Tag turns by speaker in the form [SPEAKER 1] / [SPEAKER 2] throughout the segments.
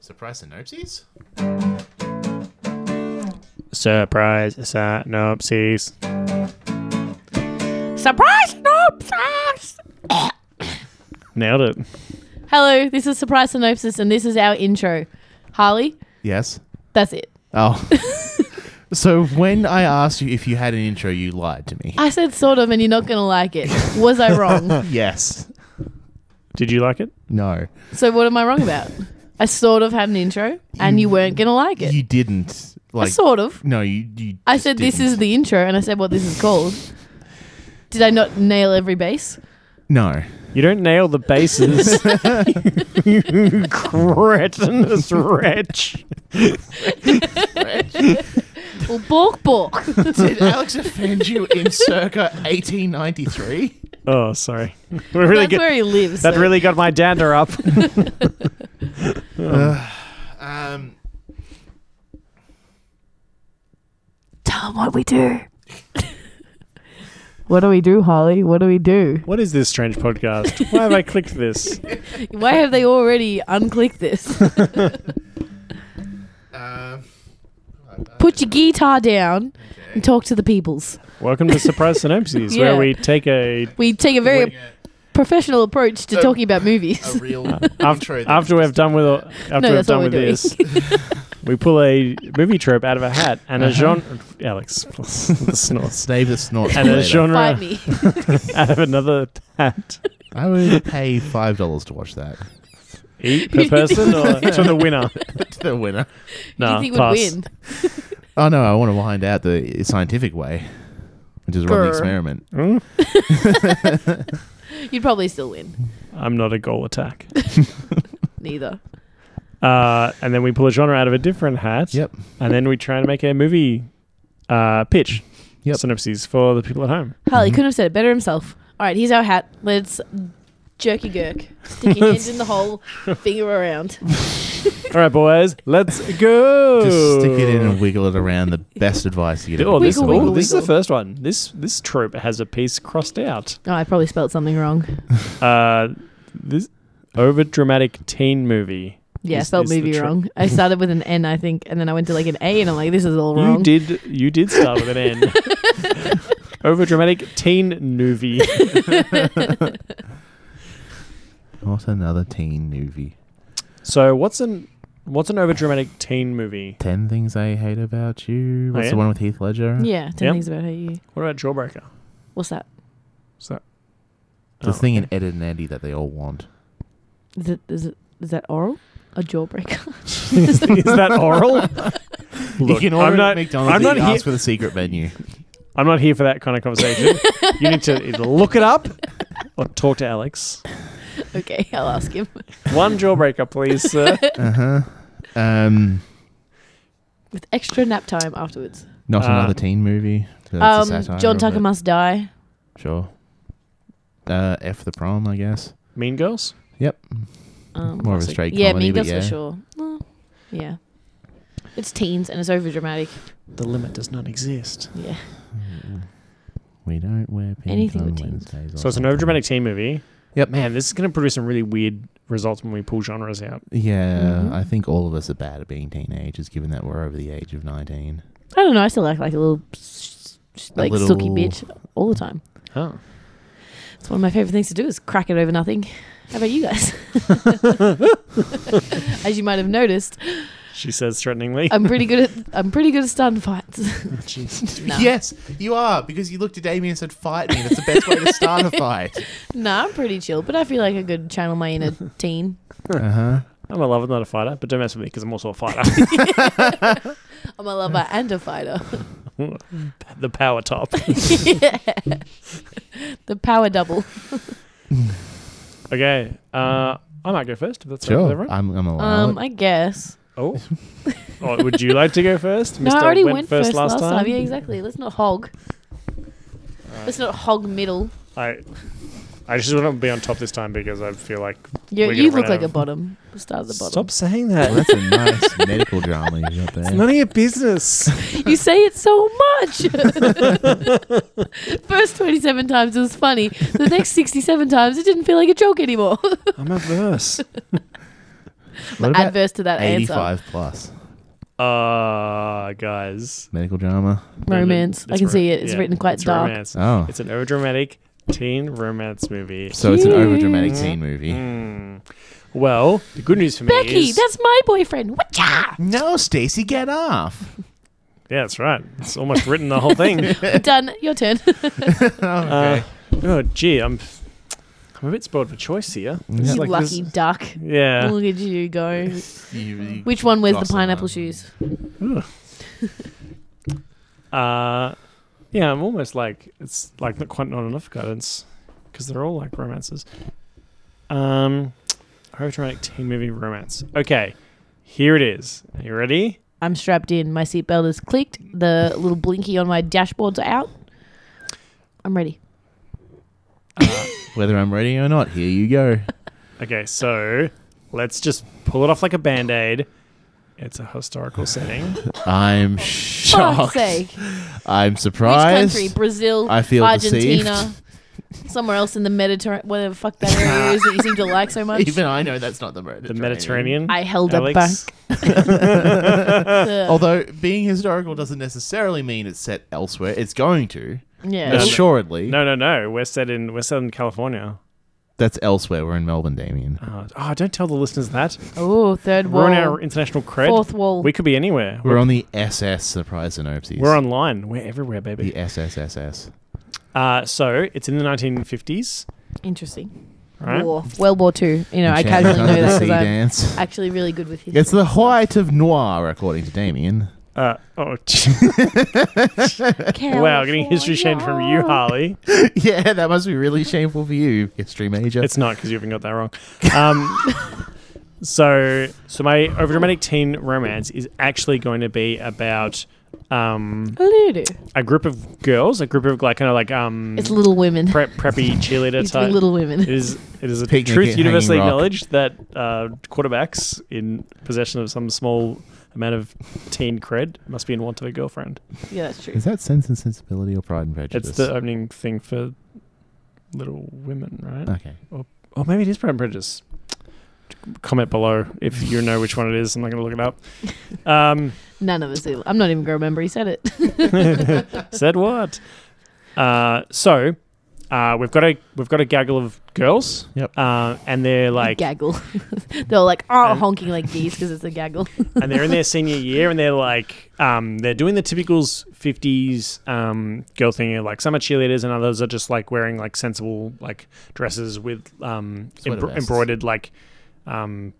[SPEAKER 1] Surprise synopses?
[SPEAKER 2] Surprise synopses.
[SPEAKER 3] Surprise! No! surprise!
[SPEAKER 2] Nailed it.
[SPEAKER 3] Hello, this is Surprise Synopsis, and this is our intro. Harley,
[SPEAKER 1] Yes.
[SPEAKER 3] that's it.
[SPEAKER 1] Oh. so when I asked you if you had an intro, you lied to me.
[SPEAKER 3] I said sort of, and you're not going to like it. Was I wrong?
[SPEAKER 1] yes.
[SPEAKER 2] Did you like it?
[SPEAKER 1] No.
[SPEAKER 3] so, what am I wrong about? I sort of had an intro, and you weren't going to like it.
[SPEAKER 1] You didn't. Like
[SPEAKER 3] sort of.
[SPEAKER 1] No, you, you
[SPEAKER 3] I
[SPEAKER 1] just
[SPEAKER 3] said this
[SPEAKER 1] didn't.
[SPEAKER 3] is the intro, and I said what this is called. Did I not nail every base?
[SPEAKER 1] No.
[SPEAKER 2] You don't nail the bases. you cretinous wretch.
[SPEAKER 3] Well, bork bork.
[SPEAKER 1] Did Alex offend you in circa 1893?
[SPEAKER 2] Oh, sorry. We're really
[SPEAKER 3] That's
[SPEAKER 2] good.
[SPEAKER 3] where he lives.
[SPEAKER 2] That
[SPEAKER 3] so-
[SPEAKER 2] really got my dander up.
[SPEAKER 1] Um,
[SPEAKER 3] Tell him what we do. what do we do, Harley? What do we do?
[SPEAKER 2] what is this strange podcast? Why have I clicked this?
[SPEAKER 3] Why have they already unclicked this?
[SPEAKER 1] um,
[SPEAKER 3] Put your guitar down and talk to the peoples.
[SPEAKER 2] Welcome to Surprise Synopses,
[SPEAKER 3] Yeah.
[SPEAKER 2] where we take a
[SPEAKER 3] We take a very
[SPEAKER 1] yeah,
[SPEAKER 3] professional approach to
[SPEAKER 1] So-
[SPEAKER 3] talking about
[SPEAKER 1] a
[SPEAKER 3] movies.
[SPEAKER 1] real intro.
[SPEAKER 2] after,
[SPEAKER 1] that
[SPEAKER 2] after
[SPEAKER 1] is
[SPEAKER 2] we've done with after
[SPEAKER 3] No,
[SPEAKER 2] we've
[SPEAKER 3] that's what
[SPEAKER 2] done
[SPEAKER 3] we're
[SPEAKER 2] with
[SPEAKER 3] doing.
[SPEAKER 2] this, we pull a movie trope out of a hat and a genre. Alex, the snorts.
[SPEAKER 1] Save the snort.
[SPEAKER 2] And
[SPEAKER 1] for
[SPEAKER 2] a
[SPEAKER 1] later.
[SPEAKER 2] genre
[SPEAKER 3] Fight me.
[SPEAKER 2] out of another hat.
[SPEAKER 1] I would pay five dollars to watch that.
[SPEAKER 2] Eat per person or to the winner?
[SPEAKER 1] to the winner.
[SPEAKER 2] No,
[SPEAKER 3] you think would
[SPEAKER 2] pass.
[SPEAKER 3] win?
[SPEAKER 1] Oh no, I want to find out the scientific way, which is run the
[SPEAKER 3] Grr.
[SPEAKER 1] experiment.
[SPEAKER 2] Hmm?
[SPEAKER 3] You'd probably still win.
[SPEAKER 2] I'm not a goal attack.
[SPEAKER 3] Neither.
[SPEAKER 2] Mm-hmm. Uh, and then we pull a genre out of a different hat.
[SPEAKER 1] Yep.
[SPEAKER 2] And then we try and make a movie uh, pitch.
[SPEAKER 1] Yep.
[SPEAKER 2] Synopses for the people at home.
[SPEAKER 3] Harley couldn't have said it better himself. All right, here's our hat. Let's jerky gurk. Stick your hand in the hole, finger around.
[SPEAKER 2] All right, boys, let's go.
[SPEAKER 1] Just stick it in and wiggle it around. The best advice you get.
[SPEAKER 2] Oh, this,
[SPEAKER 3] Wiggle,
[SPEAKER 2] oh,
[SPEAKER 3] wiggle,
[SPEAKER 2] this is the
[SPEAKER 3] wiggle.
[SPEAKER 2] first one. This this trope has a piece crossed out.
[SPEAKER 3] Oh, I probably spelled something wrong.
[SPEAKER 2] Uh, this over dramatic teen movie.
[SPEAKER 3] Yeah, I
[SPEAKER 2] Is-
[SPEAKER 3] spelled
[SPEAKER 2] is the
[SPEAKER 3] movie
[SPEAKER 2] tr-
[SPEAKER 3] wrong. I started with an N, I think, and then I went to like an A, and I'm like, this is all wrong.
[SPEAKER 2] You did you did start with an N. over dramatic teen movie.
[SPEAKER 1] Not another teen movie.
[SPEAKER 2] So what's an what's an over dramatic teen movie?
[SPEAKER 1] Ten things I hate about you. What's
[SPEAKER 2] Oh, yeah?
[SPEAKER 1] the one with Heath Ledger?
[SPEAKER 3] Yeah, ten
[SPEAKER 2] Yep.
[SPEAKER 3] things about how you.
[SPEAKER 2] What about Jawbreaker? Oh.
[SPEAKER 3] What's that?
[SPEAKER 2] What's that?
[SPEAKER 1] The thing in Ed and Andy that they all want.
[SPEAKER 3] Is it is it is that oral? A jawbreaker?
[SPEAKER 2] is, is that oral?
[SPEAKER 1] you
[SPEAKER 2] Look,
[SPEAKER 1] can order
[SPEAKER 2] I'm
[SPEAKER 1] at
[SPEAKER 2] not.
[SPEAKER 1] McDonald's.
[SPEAKER 2] I'm
[SPEAKER 1] if
[SPEAKER 2] not
[SPEAKER 1] you
[SPEAKER 2] here.
[SPEAKER 1] ask for the secret menu.
[SPEAKER 2] I'm not here for that kind of conversation. you need to either look it up or talk to Alex.
[SPEAKER 3] okay, I'll ask him.
[SPEAKER 2] One jawbreaker, please, sir. Uh,
[SPEAKER 1] Um,
[SPEAKER 3] With extra nap time afterwards.
[SPEAKER 1] not
[SPEAKER 2] Uh,
[SPEAKER 1] another teen movie. So that's a
[SPEAKER 3] Um,
[SPEAKER 1] satire
[SPEAKER 3] John
[SPEAKER 1] of
[SPEAKER 3] Tucker
[SPEAKER 1] it.
[SPEAKER 3] must die.
[SPEAKER 1] Sure. Uh, F the prom, I guess.
[SPEAKER 2] mean Girls.
[SPEAKER 1] Yep. More
[SPEAKER 3] Um,
[SPEAKER 1] of a
[SPEAKER 3] classic.
[SPEAKER 1] straight
[SPEAKER 3] yeah,
[SPEAKER 1] comedy,
[SPEAKER 3] Mean
[SPEAKER 1] but
[SPEAKER 3] Girls
[SPEAKER 1] Oh, yeah.
[SPEAKER 3] for sure. Well, yeah, it's teens and it's over dramatic.
[SPEAKER 2] The limit does not exist.
[SPEAKER 3] Yeah,
[SPEAKER 1] Mm-hmm. We don't wear pink
[SPEAKER 3] Anything
[SPEAKER 1] on
[SPEAKER 3] with teens.
[SPEAKER 1] Wednesdays. or
[SPEAKER 2] So it's an
[SPEAKER 1] something.
[SPEAKER 2] overdramatic teen movie.
[SPEAKER 1] Yep.
[SPEAKER 2] Man, this is going to produce some really weird results when we pull genres out.
[SPEAKER 1] Yeah,
[SPEAKER 3] Mhm.
[SPEAKER 1] I think all of us are bad at being teenagers, given that we're over the age of 19.
[SPEAKER 3] I don't know. I still act like a little s- s-
[SPEAKER 1] A
[SPEAKER 3] like
[SPEAKER 1] little-
[SPEAKER 3] silky bitch all the time.
[SPEAKER 2] Oh.
[SPEAKER 3] It's one of my favorite things to do is crack it over nothing. How about you guys? As you might have noticed,
[SPEAKER 2] She says threateningly.
[SPEAKER 3] I'm pretty good at I'm pretty good at starting fights.
[SPEAKER 2] Jeez.
[SPEAKER 3] No.
[SPEAKER 1] Yes, you are, because you looked at Damien and said, fight me. That's the best way to start a fight.
[SPEAKER 3] nah, I'm pretty chill, but I feel like I could channel my inner teen.
[SPEAKER 1] Uh-huh.
[SPEAKER 2] I'm a lover, not a fighter, but don't mess with me because I'm also a fighter.
[SPEAKER 3] I'm a lover and a fighter.
[SPEAKER 2] the power top.
[SPEAKER 3] The power double.
[SPEAKER 2] Okay. Uh, I might go first if that's okay with
[SPEAKER 1] Sure,
[SPEAKER 2] everyone.
[SPEAKER 1] I'm, I'm allowed.
[SPEAKER 3] Um, I guess.
[SPEAKER 2] Oh. oh. Would you like to go first?
[SPEAKER 3] No, I already went, first, last time. Yeah, exactly. Let's not hog. Let's not hog middle.
[SPEAKER 2] I, I just want to be on top this time because I feel like.
[SPEAKER 3] You,
[SPEAKER 2] We're
[SPEAKER 3] you
[SPEAKER 2] gonna
[SPEAKER 3] look
[SPEAKER 2] run
[SPEAKER 3] like
[SPEAKER 2] out
[SPEAKER 3] a
[SPEAKER 2] of-
[SPEAKER 3] bottom. We'll start at the bottom.
[SPEAKER 2] saying
[SPEAKER 1] Well, that's a nice medical drama you got there.
[SPEAKER 2] of your business.
[SPEAKER 3] You say it so much. First 27 times it was funny. The next 67 times it didn't feel like a joke anymore.
[SPEAKER 2] I'm averse.
[SPEAKER 1] What about
[SPEAKER 3] adverse to that answer.
[SPEAKER 1] 85 plus
[SPEAKER 2] Ah, guys.
[SPEAKER 1] medical drama.
[SPEAKER 3] Romance. I
[SPEAKER 2] It's
[SPEAKER 3] can
[SPEAKER 2] ro-
[SPEAKER 3] see it. It's
[SPEAKER 2] yeah,
[SPEAKER 3] written quite
[SPEAKER 2] it's
[SPEAKER 3] dark.
[SPEAKER 2] Romance.
[SPEAKER 1] Oh,
[SPEAKER 2] It's an overdramatic teen romance movie.
[SPEAKER 1] so it's an
[SPEAKER 3] Cute.
[SPEAKER 1] overdramatic teen movie.
[SPEAKER 2] Hmm. Well, the good news for me
[SPEAKER 3] Becky,
[SPEAKER 2] is
[SPEAKER 3] that's my boyfriend. Whatcha?
[SPEAKER 1] No, Stacy, get off.
[SPEAKER 2] yeah, that's right. It's almost written the whole thing.
[SPEAKER 3] Done. Your turn.
[SPEAKER 2] Uh, oh, gee, I'm I'm a bit spoiled for choice here. This
[SPEAKER 1] Yeah.
[SPEAKER 2] is
[SPEAKER 3] you
[SPEAKER 2] like this-
[SPEAKER 3] lucky duck.
[SPEAKER 2] yeah.
[SPEAKER 3] Look at you go.
[SPEAKER 1] You- you
[SPEAKER 3] Which one wears the
[SPEAKER 1] gossamer.
[SPEAKER 3] pineapple shoes?
[SPEAKER 2] Uh, yeah, I'm almost like it's like not quite not enough guidance because they're all like romances. Um, overdramatic teen movie romance. Okay, here it is. Are you ready?
[SPEAKER 3] I'm strapped in. My seatbelt is clicked. The little blinky on my dashboard's out. I'm ready.
[SPEAKER 1] Whether I'm ready or not, here you go.
[SPEAKER 2] Uh, Okay, so let's just pull it off like a band aid. It's a historical setting.
[SPEAKER 1] I'm
[SPEAKER 3] Fuck's
[SPEAKER 1] shocked.
[SPEAKER 3] sake.
[SPEAKER 1] I'm
[SPEAKER 3] Which
[SPEAKER 1] surprised.
[SPEAKER 3] country? Brazil,
[SPEAKER 1] I feel
[SPEAKER 3] Argentina, somewhere else in the Mediterranean, whatever the fuck that area is that you seem to like so much.
[SPEAKER 1] Even I know that's not the Mediterranean.
[SPEAKER 2] The Mediterranean.
[SPEAKER 3] I held up back.
[SPEAKER 2] Alex. Uh,
[SPEAKER 3] The-
[SPEAKER 1] Although being historical doesn't necessarily mean it's set elsewhere. It's going to,
[SPEAKER 3] yeah.
[SPEAKER 2] No, no.
[SPEAKER 1] assuredly.
[SPEAKER 2] No, no, no. We're set in we're set in California.
[SPEAKER 1] That's elsewhere. We're in Melbourne, Damien.
[SPEAKER 2] Oh, oh, don't tell the listeners that.
[SPEAKER 3] Oh, third
[SPEAKER 2] We're on
[SPEAKER 3] wall,
[SPEAKER 2] our international cred.
[SPEAKER 3] fourth wall.
[SPEAKER 2] We could be anywhere.
[SPEAKER 1] We're on the SS Surprise Synopses.
[SPEAKER 2] We're online. We're everywhere,
[SPEAKER 1] the
[SPEAKER 2] baby.
[SPEAKER 1] SSSS.
[SPEAKER 2] Uh, so it's in the 1950s,
[SPEAKER 3] Interesting.
[SPEAKER 2] right?
[SPEAKER 3] War, World War Two. You know, I casually know that because I'm
[SPEAKER 1] dance.
[SPEAKER 3] actually really good with history.
[SPEAKER 1] It's the height of noir, according to Damien.
[SPEAKER 2] Uh, oh, gee. wow, getting history shamed from you, Harley.
[SPEAKER 1] yeah, that must be really shameful for you, history major.
[SPEAKER 2] It's not because you haven't got that wrong. Um, so, so my overdramatic teen romance is actually going to be about um,
[SPEAKER 3] Lulu.
[SPEAKER 2] a group of girls, a group of like kind of like um,
[SPEAKER 3] It's Little Women.
[SPEAKER 2] prep, preppy cheerleader
[SPEAKER 3] It's to be
[SPEAKER 2] type.
[SPEAKER 3] Little
[SPEAKER 2] It
[SPEAKER 3] Women.
[SPEAKER 2] is it is a
[SPEAKER 1] Picnic at
[SPEAKER 2] truth
[SPEAKER 1] Hanging
[SPEAKER 2] universally
[SPEAKER 1] Rock.
[SPEAKER 2] acknowledged that uh, quarterbacks in possession of some small amount of teen cred must be in want of a girlfriend.
[SPEAKER 3] Yeah, that's true.
[SPEAKER 1] Is that Sense and Sensibility or Pride and Prejudice?
[SPEAKER 2] It's the opening thing for Little Women, right?
[SPEAKER 1] okay.
[SPEAKER 2] Or maybe it is Pride and Prejudice. Comment below if you know which one it is. I'm not going to look it up. Um,
[SPEAKER 3] None of us. do. I'm not even gonna remember. He said it.
[SPEAKER 2] said what? Uh, so uh, we've got a we've got a gaggle of girls.
[SPEAKER 1] Yep.
[SPEAKER 2] Uh, and they're like
[SPEAKER 3] gaggle. They're like, oh,
[SPEAKER 2] And-
[SPEAKER 3] honking like geese because it's a gaggle.
[SPEAKER 2] and they're in their senior year and they're like um, they're doing the typical 50s um, girl thing like some are cheerleaders and others are just like wearing like sensible like dresses with um,
[SPEAKER 1] Sweater
[SPEAKER 2] embro-
[SPEAKER 1] vests.
[SPEAKER 2] embroidered like um,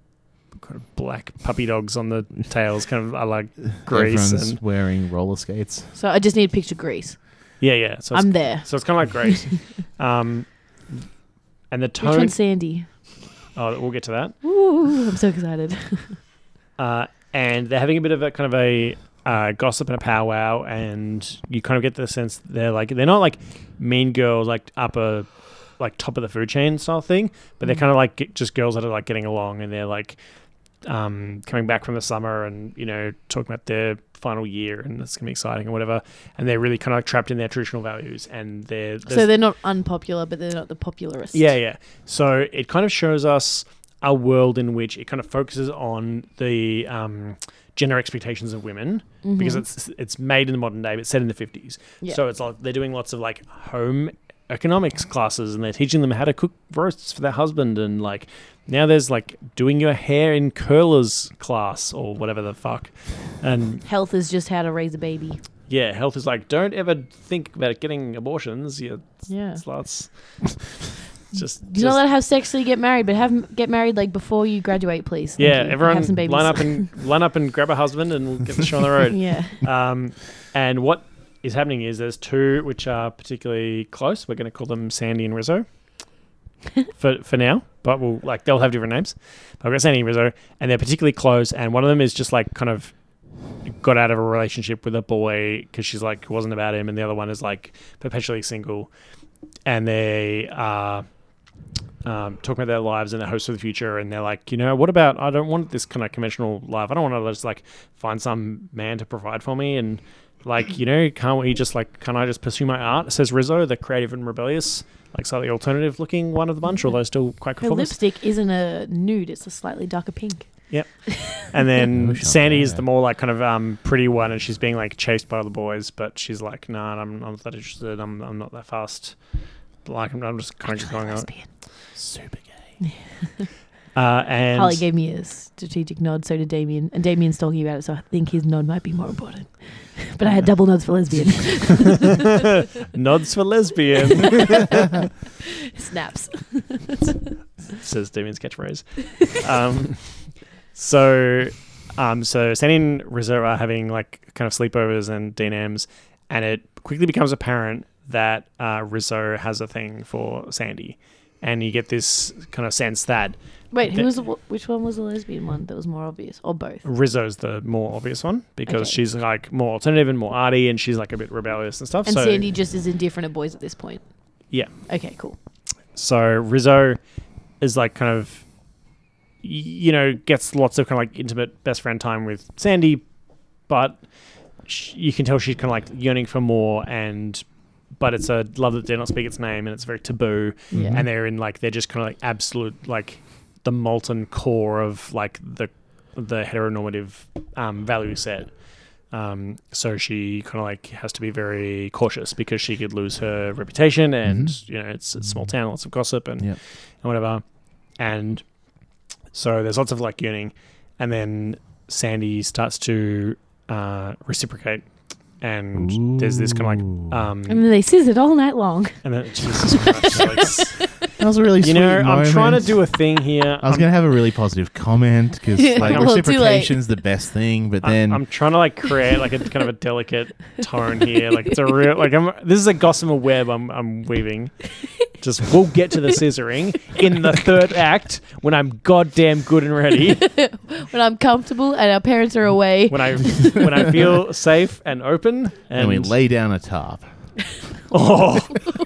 [SPEAKER 2] kind of black puppy dogs on the tails kind of I like grace
[SPEAKER 1] Everyone's
[SPEAKER 2] and
[SPEAKER 1] wearing roller skates.
[SPEAKER 3] So I just need to picture Greece.
[SPEAKER 2] yeah yeah so it's,
[SPEAKER 3] I'm there.
[SPEAKER 2] so it's kind of like grace um, and the
[SPEAKER 3] Which
[SPEAKER 2] tone
[SPEAKER 3] one's Sandy?
[SPEAKER 2] oh we'll get to that
[SPEAKER 3] Ooh, I'm so excited.
[SPEAKER 2] uh, and they're having a bit of a kind of a uh, gossip and a powwow, and you kind of get the sense they're like they're not like mean girls like upper like top of the food chain style thing, but they're kind of like get- just girls that are like getting along, and they're like um, coming back from the summer, and you know talking about their final year, and it's gonna be exciting and whatever, and they're really kind of like trapped in their traditional values, and they're
[SPEAKER 3] so they're not unpopular, but they're not the popularist.
[SPEAKER 2] yeah, yeah. So it kind of shows us a world in which it kind of focuses on the um, gender expectations of women
[SPEAKER 3] Mm-hmm.
[SPEAKER 2] because it's it's made in the modern day, but set in the fifties.
[SPEAKER 3] Yeah.
[SPEAKER 2] So it's like they're doing lots of like home economics classes, and they're teaching them how to cook roasts for their husband, and like now there's like doing your hair in curlers class or whatever the fuck, and
[SPEAKER 3] Health is just how to raise a baby.
[SPEAKER 2] yeah, health is like don't ever think about getting abortions, you
[SPEAKER 3] Yeah.
[SPEAKER 2] sluts. just
[SPEAKER 3] You're not allowed to have sex till you get married, but have get married like before you graduate, please. Thank
[SPEAKER 2] Yeah,
[SPEAKER 3] you.
[SPEAKER 2] everyone
[SPEAKER 3] have some babies.
[SPEAKER 2] line up and line up and grab a husband and we'll get the show on the road.
[SPEAKER 3] yeah.
[SPEAKER 2] Um, and what is happening is there's two which are particularly close. We're going to call them Sandy and Rizzo for for now, but we'll like they'll have different names. But we've got Sandy and Rizzo, and they're particularly close. And one of them is just like kind of got out of a relationship with a boy because she's like wasn't about him, and the other one is like perpetually single, and they are. Um, talking about their lives and their hopes for the future, and they're like, you know, what about? I don't want this kind of conventional life. I don't want to just like find some man to provide for me, and like, you know, can't we just like, can I just pursue my art? Says Rizzo, the creative and rebellious, like slightly alternative looking one of the bunch, although still quite
[SPEAKER 3] Her
[SPEAKER 2] conformist.
[SPEAKER 3] lipstick isn't a nude; it's a slightly darker pink.
[SPEAKER 2] And
[SPEAKER 1] No
[SPEAKER 2] then
[SPEAKER 1] shot
[SPEAKER 2] Sandy is
[SPEAKER 1] there.
[SPEAKER 2] the more like kind of um, pretty one, and she's being like chased by the boys, but she's like, "Nah, I'm not that interested. I'm, I'm not that fast. Like, I'm, I'm just kind of
[SPEAKER 3] Actually,
[SPEAKER 2] going out."
[SPEAKER 3] lesbian.
[SPEAKER 1] Super gay.
[SPEAKER 2] Uh, and
[SPEAKER 3] Harley gave me a strategic nod, so did Damien. And Damien's talking about it, so I think his nod might be more important. But I had double nods for lesbian.
[SPEAKER 2] nods for lesbian,
[SPEAKER 3] Snaps.
[SPEAKER 2] says Damien's catchphrase. Um, so, um, so Sandy and Rizzo are having like kind of sleepovers and DNMs, and it quickly becomes apparent that uh, Rizzo has a thing for Sandy, and you get this kind of sense that
[SPEAKER 3] Wait, who
[SPEAKER 2] Da-
[SPEAKER 3] was the, which one was the lesbian one that was more obvious, or both?
[SPEAKER 2] Rizzo's the more obvious one because
[SPEAKER 3] Okay.
[SPEAKER 2] she's like more alternative and more arty, and she's like a bit rebellious and stuff.
[SPEAKER 3] And
[SPEAKER 2] so
[SPEAKER 3] Sandy just is indifferent at boys at this point.
[SPEAKER 2] Yeah.
[SPEAKER 3] Okay, cool.
[SPEAKER 2] so Rizzo is like kind of y- you know gets lots of kind of like intimate best friend time with Sandy, but sh you can tell she's kind of like yearning for more and. But it's a love that dare not speak its name, and it's very taboo.
[SPEAKER 3] Yeah.
[SPEAKER 2] And they're in like they're just kind of like absolute like the molten core of like the the heteronormative um, value set. Um, so she kind of like has to be very cautious because she could lose her reputation, and
[SPEAKER 1] Mhm.
[SPEAKER 2] you know it's a small town, lots of gossip and
[SPEAKER 1] Yep.
[SPEAKER 2] and whatever. And so there's lots of like yearning, and then Sandy starts to uh, reciprocate, and there's this kind of
[SPEAKER 1] Ooh.
[SPEAKER 2] like um,
[SPEAKER 3] And then they scissored all night long.
[SPEAKER 2] and then Jesus Christ, Alex.
[SPEAKER 1] That was a really
[SPEAKER 2] you
[SPEAKER 1] sweet
[SPEAKER 2] know I'm trying to
[SPEAKER 1] moment.
[SPEAKER 2] do a thing here.
[SPEAKER 1] I was
[SPEAKER 2] I'm-
[SPEAKER 1] going to have a really positive comment because like
[SPEAKER 2] Well,
[SPEAKER 3] too late.
[SPEAKER 1] reciprocation's the best thing, but
[SPEAKER 2] I'm-
[SPEAKER 1] then
[SPEAKER 2] I'm, trying to like create like a kind of a delicate tone here. Like it's a real like I'm this is a gossamer web I'm I'm weaving. Just we'll get to the scissoring in the third act when I'm goddamn good and ready.
[SPEAKER 3] when I'm comfortable and our parents are away.
[SPEAKER 2] When I when I feel safe and open and,
[SPEAKER 1] and we lay down a tarp.
[SPEAKER 2] Oh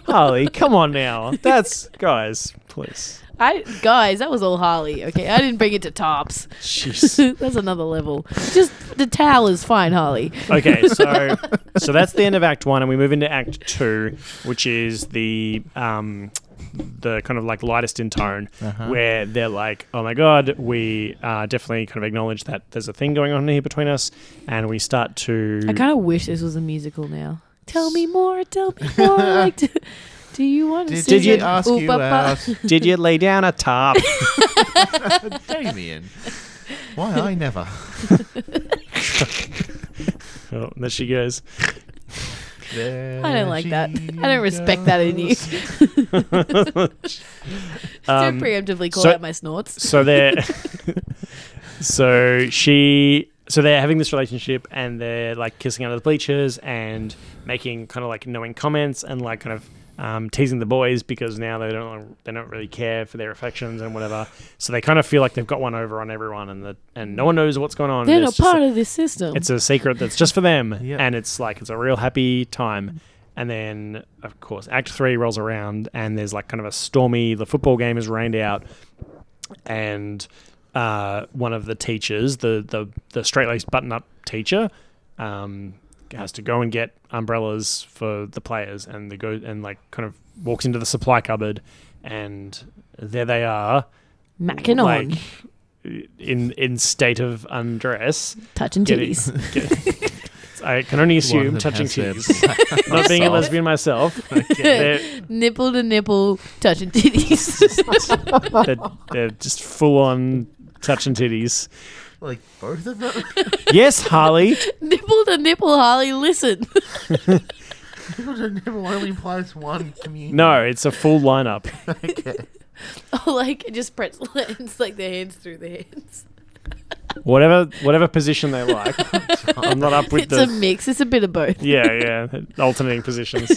[SPEAKER 2] Harley, come on now. That's guys, please.
[SPEAKER 3] I guys, that was all Harley. Okay, I didn't bring it to tops.
[SPEAKER 2] Jeez.
[SPEAKER 3] That's another level. Just the towel is fine, Harley.
[SPEAKER 2] Okay, so so that's the end of Act One, and we move into Act Two, which is the um the kind of like lightest in tone,
[SPEAKER 1] Uh-huh.
[SPEAKER 2] where they're like, "Oh my god, we uh, definitely kind of acknowledge that there's a thing going on here between us," and we start to.
[SPEAKER 3] I kind of wish this was a musical now. Tell me more. Tell me more. like, do, do you want to?
[SPEAKER 1] Did,
[SPEAKER 3] see
[SPEAKER 2] did you
[SPEAKER 1] you
[SPEAKER 3] the-
[SPEAKER 1] ask
[SPEAKER 3] Ooh,
[SPEAKER 1] you
[SPEAKER 3] ba- ba-
[SPEAKER 1] out?
[SPEAKER 2] Did you lay down a tarp?
[SPEAKER 1] Damien, why I never?
[SPEAKER 2] oh, there she goes.
[SPEAKER 3] I don't like that. I don't respect that in you.
[SPEAKER 2] Um,
[SPEAKER 3] Don't preemptively call
[SPEAKER 2] so-
[SPEAKER 3] out my snorts.
[SPEAKER 2] so they're so she so they're having this relationship and they're like kissing under the bleachers and making kind of like knowing comments and like kind of um, teasing the boys because now they don't they don't really care for their affections and whatever so they kind of feel like they've got one over on everyone and the and no one knows what's going on
[SPEAKER 3] They're
[SPEAKER 2] and
[SPEAKER 3] not
[SPEAKER 2] it's just
[SPEAKER 3] part of this system.
[SPEAKER 2] it's a secret that's just for them
[SPEAKER 1] Yeah.
[SPEAKER 2] and it's like it's a real happy time and then of course act three rolls around and there's like kind of a stormy the football game is rained out and uh, one of the teachers the the, the straight-laced button-up teacher um, has to go and get umbrellas for the players and they go and like kind of walks into the supply cupboard and there they are
[SPEAKER 3] Macking on,
[SPEAKER 2] like in in state of undress
[SPEAKER 3] touching
[SPEAKER 2] getting-
[SPEAKER 3] titties.
[SPEAKER 2] get- I can only assume touching titties. Not being a lesbian myself, they're,
[SPEAKER 3] nipple to nipple, touching titties.
[SPEAKER 2] they're, they're just full on touching titties.
[SPEAKER 1] Like both of them.
[SPEAKER 2] Yes, Harley.
[SPEAKER 3] nipple to nipple, Harley. Listen,
[SPEAKER 1] Nipple only implies one community.
[SPEAKER 2] No, it's a full lineup.
[SPEAKER 3] oh, like it just pretzel hands, like their hands through their hands.
[SPEAKER 2] Whatever whatever position they like. I'm not up with
[SPEAKER 3] It's
[SPEAKER 2] the
[SPEAKER 3] a mix. It's a bit of both.
[SPEAKER 2] yeah yeah alternating positions.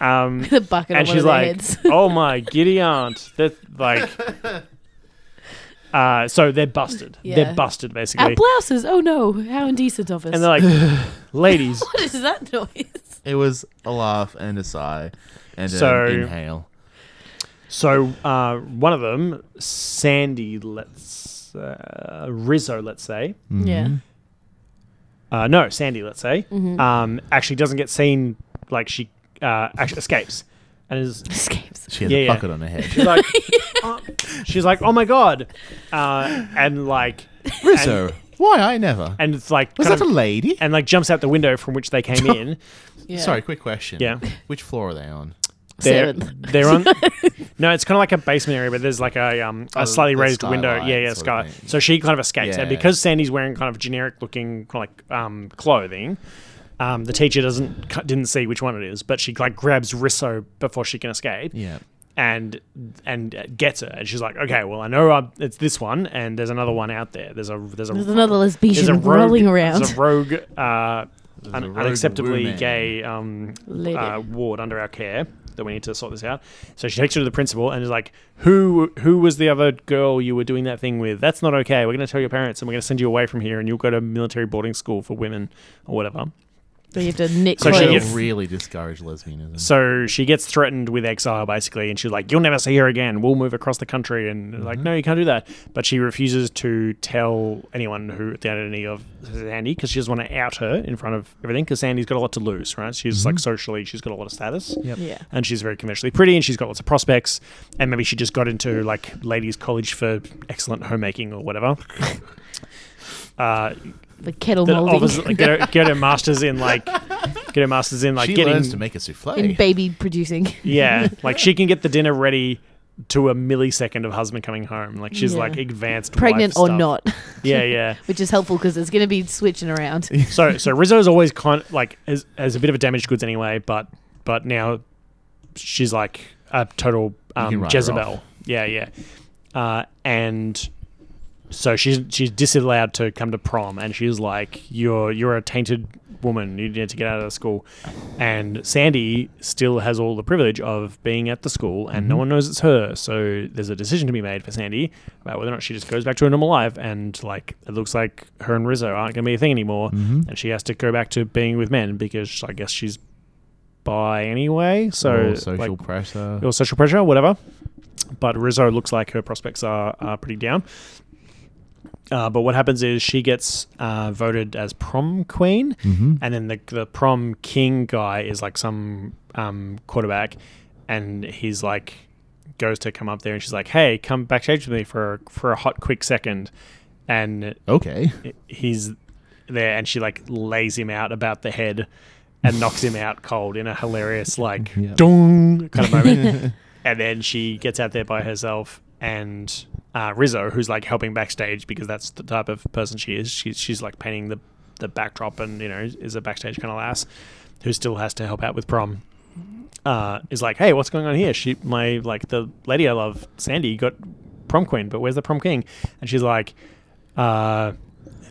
[SPEAKER 2] Um,
[SPEAKER 3] The bucket
[SPEAKER 2] and
[SPEAKER 3] on one
[SPEAKER 2] she's
[SPEAKER 3] of their
[SPEAKER 2] like,
[SPEAKER 3] heads.
[SPEAKER 2] "Oh my giddy aunt!" That like. Uh, so they're busted.
[SPEAKER 3] Yeah.
[SPEAKER 2] They're busted basically,
[SPEAKER 3] Our blouses. Oh no, how indecent of us.
[SPEAKER 2] and they're like, "Ladies,
[SPEAKER 3] what is that noise?
[SPEAKER 1] It was a laugh and a sigh and
[SPEAKER 2] So-
[SPEAKER 1] an inhale.
[SPEAKER 2] So uh, one of them, Sandy, let's uh, Rizzo, let's say,
[SPEAKER 1] Mm-hmm.
[SPEAKER 3] Yeah.
[SPEAKER 2] uh, no,
[SPEAKER 1] Mm-hmm.
[SPEAKER 2] Sandy, let's say, um, actually doesn't get seen. Like she uh, actually escapes, and is
[SPEAKER 3] Escapes.
[SPEAKER 1] She has
[SPEAKER 2] Yeah,
[SPEAKER 1] a
[SPEAKER 2] yeah.
[SPEAKER 1] bucket on her head.
[SPEAKER 2] she's like, "Oh," she's like, oh my god, uh, and like,
[SPEAKER 1] Rizzo, why I never?
[SPEAKER 2] and it's like,
[SPEAKER 1] Was
[SPEAKER 2] kind
[SPEAKER 1] that
[SPEAKER 2] of-
[SPEAKER 1] a lady?
[SPEAKER 2] and like jumps out the window from which they came in.
[SPEAKER 3] Yeah.
[SPEAKER 1] Sorry, quick question.
[SPEAKER 2] Yeah.
[SPEAKER 1] Which floor are they on?
[SPEAKER 2] They're,
[SPEAKER 3] Seventh.
[SPEAKER 2] they're on. No, it's kind of like a basement area, but there's like a um
[SPEAKER 1] Oh,
[SPEAKER 2] a slightly
[SPEAKER 1] the
[SPEAKER 2] raised window.
[SPEAKER 1] skylight
[SPEAKER 2] Yeah, yeah,
[SPEAKER 1] sort of
[SPEAKER 2] skylight.
[SPEAKER 1] thing.
[SPEAKER 2] So she kind of escapes, and
[SPEAKER 1] Yeah.
[SPEAKER 2] because Sandy's wearing kind of generic looking kind of like um clothing, um the teacher doesn't cu- didn't see which one it is, but she like grabs Risso before she can escape,
[SPEAKER 1] Yeah.
[SPEAKER 2] and and uh, gets her, and she's like, okay, well I know i it's this one, and there's another one out there. There's a there's a
[SPEAKER 3] There's another
[SPEAKER 2] there's a
[SPEAKER 3] lesbian
[SPEAKER 2] rogue,
[SPEAKER 3] rolling
[SPEAKER 2] There's
[SPEAKER 3] around.
[SPEAKER 2] a rogue. Uh,
[SPEAKER 1] There's
[SPEAKER 2] un-
[SPEAKER 1] a rogue
[SPEAKER 2] unacceptably
[SPEAKER 1] woman.
[SPEAKER 2] gay um,
[SPEAKER 3] Lady.
[SPEAKER 2] uh, ward under our care that we need to sort this out. So she takes her to the principal and is like, "Who who was the other girl you were doing that thing with? That's not okay. We're going to tell your parents and we're going to send you away from here and you'll go to military boarding school for women or whatever."
[SPEAKER 3] Where you have to knit
[SPEAKER 1] So
[SPEAKER 2] So she
[SPEAKER 1] she
[SPEAKER 3] clothes.
[SPEAKER 2] gets-
[SPEAKER 1] really discourage lesbianism.
[SPEAKER 2] So she gets threatened with exile basically, and she's like, "You'll never see her again. We'll move across the country." And like,
[SPEAKER 1] Mm-hmm.
[SPEAKER 2] "No, you can't do that." But she refuses to tell anyone who the identity of Sandy because she doesn't want to out her in front of everything because Sandy's got a lot to lose, right? She's like
[SPEAKER 1] Mm-hmm.
[SPEAKER 2] socially, she's got a lot of status.
[SPEAKER 1] Yep.
[SPEAKER 3] yeah.
[SPEAKER 2] And she's very commercially pretty, and she's got lots of prospects. And maybe she just got into like ladies' college for excellent homemaking or whatever. uh,
[SPEAKER 3] The kettle
[SPEAKER 2] that
[SPEAKER 3] molding.
[SPEAKER 2] obviously- like, get, her, get her masters in like get her masters in like
[SPEAKER 1] she
[SPEAKER 2] getting
[SPEAKER 1] learns to make a
[SPEAKER 3] in
[SPEAKER 1] souffle.
[SPEAKER 3] baby producing.
[SPEAKER 2] yeah, like she can get the dinner ready to a millisecond of husband coming home. Like she's
[SPEAKER 3] Yeah.
[SPEAKER 2] like advanced, wife
[SPEAKER 3] Pregnant or
[SPEAKER 2] stuff.
[SPEAKER 3] not,
[SPEAKER 2] Yeah, yeah.
[SPEAKER 3] which is helpful because it's going to be switching around.
[SPEAKER 2] So so Rizzo's always kind like as as a bit of a damaged goods anyway, but but now she's like a total
[SPEAKER 1] can
[SPEAKER 2] um,
[SPEAKER 1] write her
[SPEAKER 2] Jezebel.
[SPEAKER 1] off.
[SPEAKER 2] Yeah, yeah. Uh, and so she's she's disallowed to come to prom, and she's like, "You're you're a tainted woman. You need to get out of the school." And Sandy still has all the privilege of being at the school, and
[SPEAKER 1] Mm-hmm.
[SPEAKER 2] no one knows it's her. So there's a decision to be made for Sandy about whether or not she just goes back to her normal life, and like it looks like her and Rizzo aren't going to be a thing anymore,
[SPEAKER 1] Mhm.
[SPEAKER 2] and she has to go back to being with men because I guess she's bi anyway. So
[SPEAKER 1] Or social
[SPEAKER 2] like,
[SPEAKER 1] pressure.
[SPEAKER 2] or social pressure, whatever. But Rizzo looks like her prospects are, are pretty down. Uh, but what happens is she gets uh, voted as prom queen,
[SPEAKER 1] Mhm.
[SPEAKER 2] and then the, the prom king guy is like some um, quarterback, and he's like goes to come up there, and she's like, "Hey, come backstage with me for for a hot quick second. and
[SPEAKER 1] Okay.
[SPEAKER 2] he's there, and she like lays him out about the head, and knocks him out cold in a hilarious like
[SPEAKER 1] Yeah.
[SPEAKER 2] dong kind of moment. And then she gets out there by herself, and uh, Rizzo, who's like helping backstage because that's the type of person she is. She's she's like painting the the backdrop, and you know is a backstage kind of lass who still has to help out with prom. Uh, is like, hey, what's going on here? She, my like the lady I love, Sandy, got prom queen, but where's the prom king? And she's like, uh,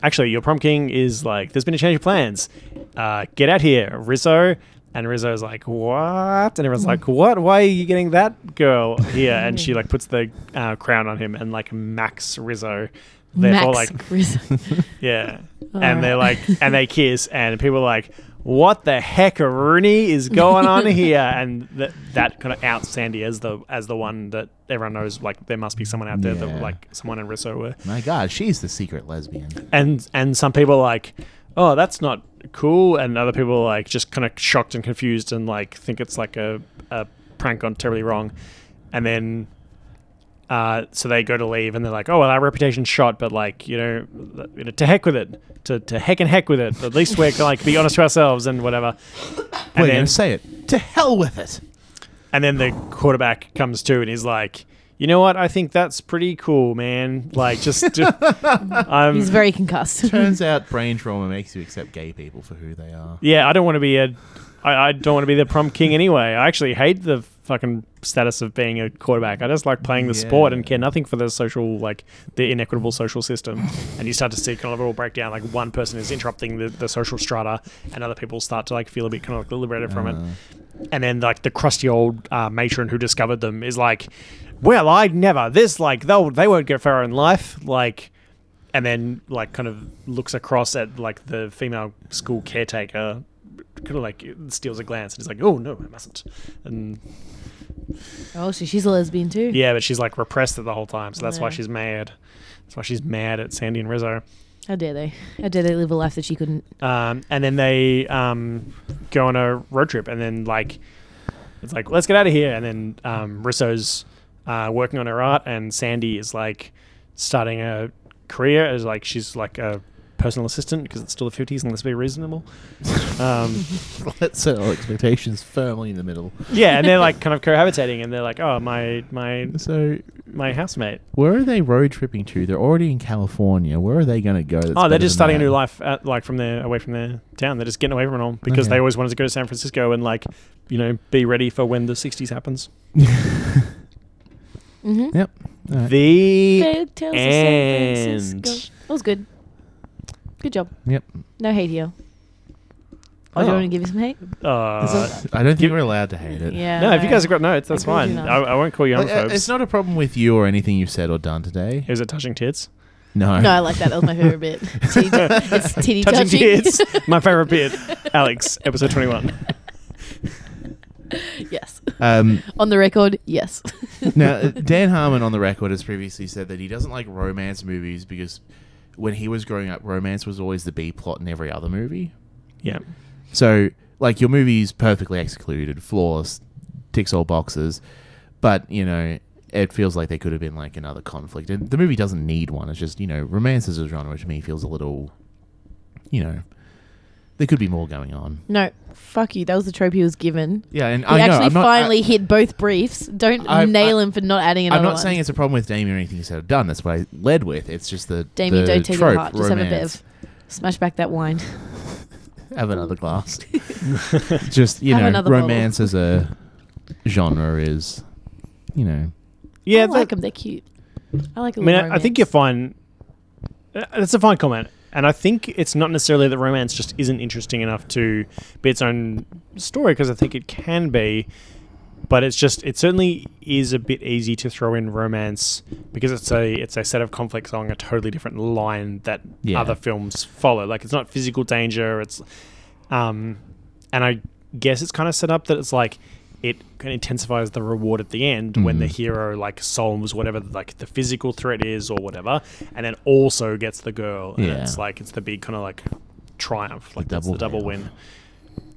[SPEAKER 2] actually, your prom king is like, there's been a change of plans. Uh, get out here, Rizzo. And Rizzo's like, what? And everyone's like, what? Why are you getting that girl here? And she like puts the uh, crown on him and like Max Rizzo. Therefore,
[SPEAKER 3] Max
[SPEAKER 2] like,
[SPEAKER 3] Rizzo.
[SPEAKER 2] yeah.
[SPEAKER 3] All
[SPEAKER 2] and they're like,
[SPEAKER 3] right.
[SPEAKER 2] and they kiss, and people are like, what the heck, Rooney is going on here? And th- that kind of outs Sandy as the as the one that everyone knows. Like, there must be someone out there
[SPEAKER 1] Yeah.
[SPEAKER 2] that like someone and Rizzo were
[SPEAKER 1] My God, she's the secret lesbian.
[SPEAKER 2] and and some people are like oh that's not cool and other people are like just kind of shocked and confused and like think it's like a, a prank gone terribly wrong and then uh, so they go to leave and they're like oh well our reputation's shot but like you know, th- you know to heck with it to, to heck and heck with it at least we're like be honest to ourselves and whatever
[SPEAKER 1] We're
[SPEAKER 2] and
[SPEAKER 1] going
[SPEAKER 2] then,
[SPEAKER 1] to say it. To hell with it.
[SPEAKER 2] and then the quarterback comes to and he's like you know what i think that's pretty cool man like just i'm
[SPEAKER 3] He's very concussed.
[SPEAKER 1] Turns out brain trauma makes you accept gay people for who they are.
[SPEAKER 2] Yeah, I don't want to be a. I, I don't want to be the prom king anyway. I actually hate the fucking status of being a quarterback. I just like playing the sport and
[SPEAKER 1] Yeah.
[SPEAKER 2] care nothing for the social, like the inequitable social system. And you start to see kind of it all break down. Like one person is interrupting the, the social strata, and other people start to like feel a bit kind of like liberated from
[SPEAKER 1] Uh,
[SPEAKER 2] it. And then like the crusty old uh, matron who discovered them is like, "Well, I never this like they they won't get far in life like." And then like kind of looks across at like the female school caretaker, kind of like steals a glance and is like, "Oh no, I mustn't." And
[SPEAKER 3] Oh, so she's a lesbian too.
[SPEAKER 2] yeah, but she's like repressed it the whole time, so that's why
[SPEAKER 3] Yeah.
[SPEAKER 2] she's mad. That's why she's mad at Sandy and Rizzo.
[SPEAKER 3] How dare they? How dare they live a life that she couldn't?
[SPEAKER 2] Um, and then they um, go on a road trip, and then like It's like let's get out of here, and then um, Risso's uh, working on her art, and Sandy is like starting a career as like she's like a personal assistant because it's still the fifties, and let's be reasonable. Um,
[SPEAKER 1] Let's set our expectations firmly in the middle.
[SPEAKER 2] yeah, and they're like kind of cohabitating, and they're like, oh my my
[SPEAKER 1] So,
[SPEAKER 2] my housemate.
[SPEAKER 1] where are they road tripping to? They're already in California. Where are they going to go? that's
[SPEAKER 2] oh,
[SPEAKER 1] better
[SPEAKER 2] they're just
[SPEAKER 1] than
[SPEAKER 2] starting
[SPEAKER 1] that?
[SPEAKER 2] a new life, at, like from their away from their town. They're just getting away from it all because
[SPEAKER 1] Okay.
[SPEAKER 2] they always wanted to go to San Francisco and like, you know, be ready for when the '60s happens.
[SPEAKER 3] Mm-hmm.
[SPEAKER 1] Yep. All right.
[SPEAKER 2] The
[SPEAKER 3] Fairy tales of San
[SPEAKER 2] and-
[SPEAKER 3] Francisco. That was good. Good job.
[SPEAKER 1] Yep.
[SPEAKER 3] No hate here. Oh, do you
[SPEAKER 2] Oh.
[SPEAKER 3] want to give you some hate?
[SPEAKER 2] uh,
[SPEAKER 1] I don't think
[SPEAKER 2] give-
[SPEAKER 1] we're allowed to hate it.
[SPEAKER 3] Yeah.
[SPEAKER 2] no, if you guys have got notes, that's
[SPEAKER 3] I told you
[SPEAKER 2] fine.
[SPEAKER 3] not.
[SPEAKER 2] I, I won't call you
[SPEAKER 1] Like, uh,
[SPEAKER 2] homophobes.
[SPEAKER 1] it's not a problem with you or anything you've said or done today.
[SPEAKER 2] Is it touching tits?
[SPEAKER 1] No.
[SPEAKER 3] No, I like that. That was my favorite bit. Titty- it's titty touching.
[SPEAKER 2] tits. My favorite bit. Alex, episode 21.
[SPEAKER 3] yes.
[SPEAKER 1] Um,
[SPEAKER 3] On the record, yes.
[SPEAKER 1] now, uh, Dan Harmon on the record has previously said that he doesn't like romance movies because when he was growing up, romance was always the B plot in every other movie.
[SPEAKER 2] Yeah.
[SPEAKER 1] So, like, your movie's perfectly executed, flawless, ticks all boxes, but, you know, it feels like there could have been, like, another conflict. And the movie doesn't need one. It's just, you know, romance is a genre which to me feels a little, you know, there could be more going on.
[SPEAKER 3] No, fuck you. That was the trope he was given.
[SPEAKER 1] Yeah, and
[SPEAKER 3] He
[SPEAKER 1] I know,
[SPEAKER 3] actually
[SPEAKER 1] I'm not,
[SPEAKER 3] finally
[SPEAKER 1] I,
[SPEAKER 3] hit both briefs. Don't
[SPEAKER 1] I-
[SPEAKER 3] nail
[SPEAKER 1] I-
[SPEAKER 3] him for not adding another
[SPEAKER 1] I'm not
[SPEAKER 3] one.
[SPEAKER 1] saying it's a problem with Damien or anything he's said or done. That's what I led with. It's just the
[SPEAKER 3] Damien,
[SPEAKER 1] the
[SPEAKER 3] don't take
[SPEAKER 1] trope,
[SPEAKER 3] it hard. Just have a bit
[SPEAKER 1] romance.
[SPEAKER 3] of smash back that wine.
[SPEAKER 1] have another glass. just you
[SPEAKER 3] Have
[SPEAKER 1] know,
[SPEAKER 3] another bottle.
[SPEAKER 1] romance as a genre is, you know,
[SPEAKER 2] Yeah.
[SPEAKER 3] I like
[SPEAKER 2] that-
[SPEAKER 3] them. They're cute. I like. a
[SPEAKER 2] I mean,
[SPEAKER 3] little
[SPEAKER 2] I, I think you're fine. Uh, That's a fine comment. And I think it's not necessarily that romance just isn't interesting enough to be its own story because I think it can be. But it's just it certainly is a bit easy to throw in romance because it's a it's a set of conflicts along a totally different line that
[SPEAKER 1] Yeah.
[SPEAKER 2] other films follow. Like it's not physical danger. It's um, and I guess it's kind of set up that it's like it kind of intensifies the reward at the end when the
[SPEAKER 1] Mhm.
[SPEAKER 2] hero like solves whatever like the physical threat is or whatever, and then also gets the girl. And
[SPEAKER 1] Yeah.
[SPEAKER 2] it's like it's the big kind of like triumph, like that's
[SPEAKER 1] double
[SPEAKER 2] the double win.
[SPEAKER 1] payoff.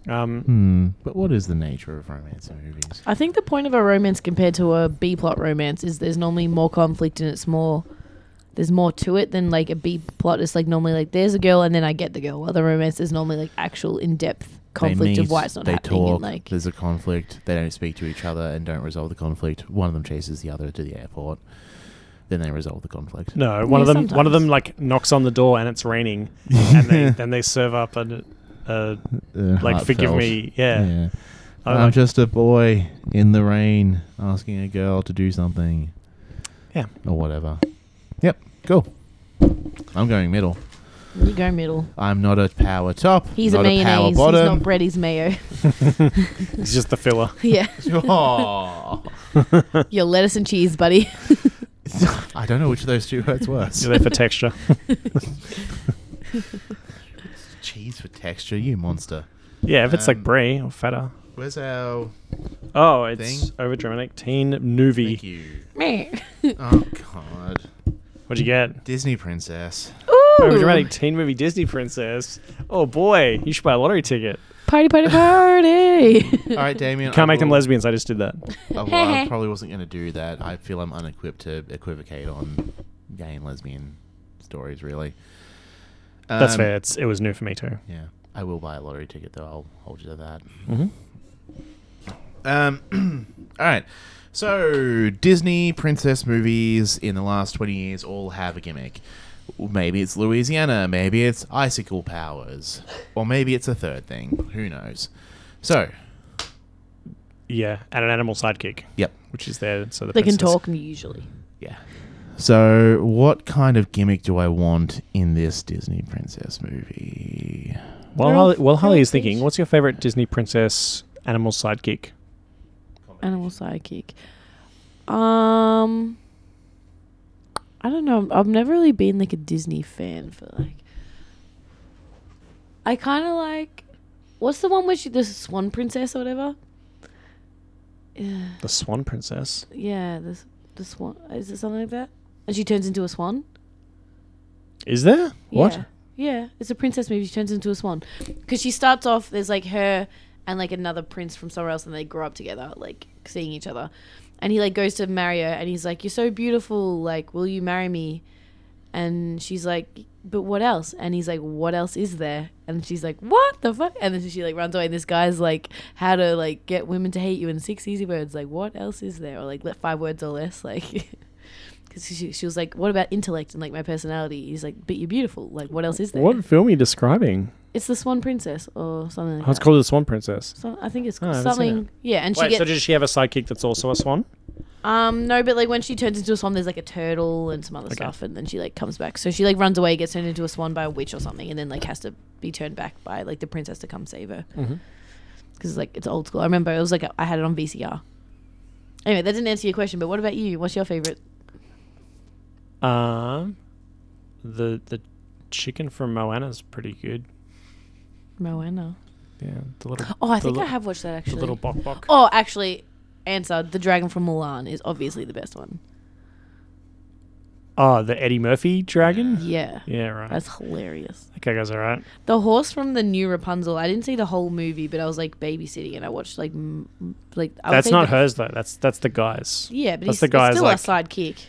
[SPEAKER 2] Um,
[SPEAKER 1] Hmm. But what is the nature of romance in movies?
[SPEAKER 3] I think the point of a romance compared to a B plot romance is there's normally more conflict and it's more there's more to it than like a B plot is like normally like there's a girl and then I get the girl. While the romance is normally like actual in depth conflict
[SPEAKER 1] they meet,
[SPEAKER 3] of why it's not
[SPEAKER 1] they
[SPEAKER 3] happening
[SPEAKER 1] talk,
[SPEAKER 3] and like
[SPEAKER 1] there's a conflict. They don't speak to each other and don't resolve the conflict. One of them chases the other to the airport. Then they resolve the conflict.
[SPEAKER 2] no, one of
[SPEAKER 3] Yeah,
[SPEAKER 2] them one of
[SPEAKER 3] sometimes.
[SPEAKER 2] them like knocks on the door and it's raining, and they, then they serve up a, a
[SPEAKER 1] Uh,
[SPEAKER 2] like forgive
[SPEAKER 1] heartfelt.
[SPEAKER 2] me, yeah. I
[SPEAKER 1] I'm
[SPEAKER 2] like-
[SPEAKER 1] just a boy in the rain asking a girl to do something.
[SPEAKER 2] Yeah.
[SPEAKER 1] Or whatever. Yep. Cool. I'm going middle.
[SPEAKER 3] you go middle.
[SPEAKER 1] I'm not a power top.
[SPEAKER 3] He's
[SPEAKER 1] not
[SPEAKER 3] a mayonnaise.
[SPEAKER 1] power
[SPEAKER 3] he's
[SPEAKER 1] bottom.
[SPEAKER 3] not bread. He's mayo.
[SPEAKER 2] It's just the filler.
[SPEAKER 3] yeah,
[SPEAKER 1] Oh.
[SPEAKER 3] your lettuce and cheese, buddy.
[SPEAKER 1] I don't know which of those two hurts worse.
[SPEAKER 2] You're there for texture.
[SPEAKER 1] Cheese for texture, you monster.
[SPEAKER 2] Yeah, if it's
[SPEAKER 1] Um,
[SPEAKER 2] like brie or feta.
[SPEAKER 1] Where's our?
[SPEAKER 2] Oh, it's
[SPEAKER 1] Thing?
[SPEAKER 2] over dramatic teen movie.
[SPEAKER 1] Thank you.
[SPEAKER 3] Meh.
[SPEAKER 1] Oh God,
[SPEAKER 2] What'd you get?
[SPEAKER 1] Disney princess.
[SPEAKER 2] Over
[SPEAKER 3] Ooh,
[SPEAKER 2] dramatic teen movie Disney princess. Oh boy, you should buy a lottery ticket.
[SPEAKER 3] party, party, party.
[SPEAKER 1] All right, Damien.
[SPEAKER 2] Can't
[SPEAKER 1] I
[SPEAKER 2] make them
[SPEAKER 1] will-
[SPEAKER 2] lesbians. I just did that.
[SPEAKER 1] Oh, well, I probably wasn't going to do that. I feel I'm unequipped to equivocate on gay and lesbian stories, really.
[SPEAKER 2] That's
[SPEAKER 1] Um,
[SPEAKER 2] fair. It's, it was new for me too.
[SPEAKER 1] Yeah, I will buy a lottery ticket though. I'll hold you to that.
[SPEAKER 2] Mm-hmm.
[SPEAKER 1] Um, all right. So Disney princess movies in the last twenty years all have a gimmick. Maybe it's Louisiana. Maybe it's icicle powers, or maybe it's a third thing. Who knows? So,
[SPEAKER 2] Yeah, and an animal sidekick,
[SPEAKER 1] yep,
[SPEAKER 2] which is there. So the
[SPEAKER 3] they can
[SPEAKER 2] princess-
[SPEAKER 3] talk usually.
[SPEAKER 1] yeah. So, what kind of gimmick do I want in this Disney princess movie?
[SPEAKER 2] While
[SPEAKER 3] They're
[SPEAKER 2] Holly,
[SPEAKER 3] all-
[SPEAKER 2] while
[SPEAKER 3] they're
[SPEAKER 2] Holly
[SPEAKER 3] all
[SPEAKER 2] is thinking,
[SPEAKER 3] fish.
[SPEAKER 2] what's your favorite Disney princess animal sidekick?
[SPEAKER 3] Animal psychic. Um, I don't know. I've never really been like a Disney fan for like. I kind of like, what's the one where she the Swan Princess or whatever? Yeah,
[SPEAKER 2] The swan princess.
[SPEAKER 3] yeah. The s- the swan is it something like that? And she turns into a swan.
[SPEAKER 2] Is there? What?
[SPEAKER 3] Yeah. yeah, it's a princess movie. She turns into a swan because she starts off. There's like her and like another prince from somewhere else, and they grow up together, like seeing each other. And he like goes to Mario, and he's like, "You're so beautiful. Like, will you marry me?" And she's like, "But what else?" And he's like, "What else is there?" And she's like, "What the fuck?" And then she like runs away. And this guy's like, "How to like get women to hate you in six easy words? Like, what else is there?" Or like, let five words or less. Like, because she, she was like, "What about intellect and like my personality?" He's like, "But you're beautiful. Like, what else is there?"
[SPEAKER 2] What film are you describing?
[SPEAKER 3] It's the Swan Princess or something. Like
[SPEAKER 2] Oh, it's
[SPEAKER 3] that.
[SPEAKER 2] called The Swan Princess.
[SPEAKER 3] So, I think it's
[SPEAKER 2] Oh, I haven't seen
[SPEAKER 3] something. Yeah, and she
[SPEAKER 2] Wait,
[SPEAKER 3] gets
[SPEAKER 2] so does she have a sidekick that's also a swan?
[SPEAKER 3] um no, but like when she turns into a swan, there's like a turtle and some other
[SPEAKER 2] Okay.
[SPEAKER 3] stuff, and then she like comes back. So she like runs away, gets turned into a swan by a witch or something, and then like has to be turned back by like the princess to come save her
[SPEAKER 2] Mm-hmm.
[SPEAKER 3] because like it's old school. I remember it was like I had it on VCR. Anyway, that didn't answer your question, but what about you? What's your favorite?
[SPEAKER 2] Um, the the chicken from Moana's pretty good.
[SPEAKER 3] Moana.
[SPEAKER 2] Yeah, the little.
[SPEAKER 3] Oh, I
[SPEAKER 2] the
[SPEAKER 3] think
[SPEAKER 2] li-
[SPEAKER 3] I have watched that
[SPEAKER 2] the
[SPEAKER 3] actually.
[SPEAKER 2] little bok bok.
[SPEAKER 3] Oh, actually, answer the dragon from Mulan is obviously the best one.
[SPEAKER 2] Oh, the Eddie Murphy dragon.
[SPEAKER 3] Yeah,
[SPEAKER 2] Yeah, right.
[SPEAKER 3] that's hilarious.
[SPEAKER 2] okay, guys, all right.
[SPEAKER 3] The horse from the new Rapunzel. I didn't see the whole movie, but I was like babysitting and I watched like m- m- like. I would
[SPEAKER 2] that's
[SPEAKER 3] say
[SPEAKER 2] not
[SPEAKER 3] the-
[SPEAKER 2] hers though. That's that's the guy's.
[SPEAKER 3] Yeah, but
[SPEAKER 2] That's
[SPEAKER 3] he's,
[SPEAKER 2] the
[SPEAKER 3] it's
[SPEAKER 2] guy's,
[SPEAKER 3] still
[SPEAKER 2] like-
[SPEAKER 3] a sidekick.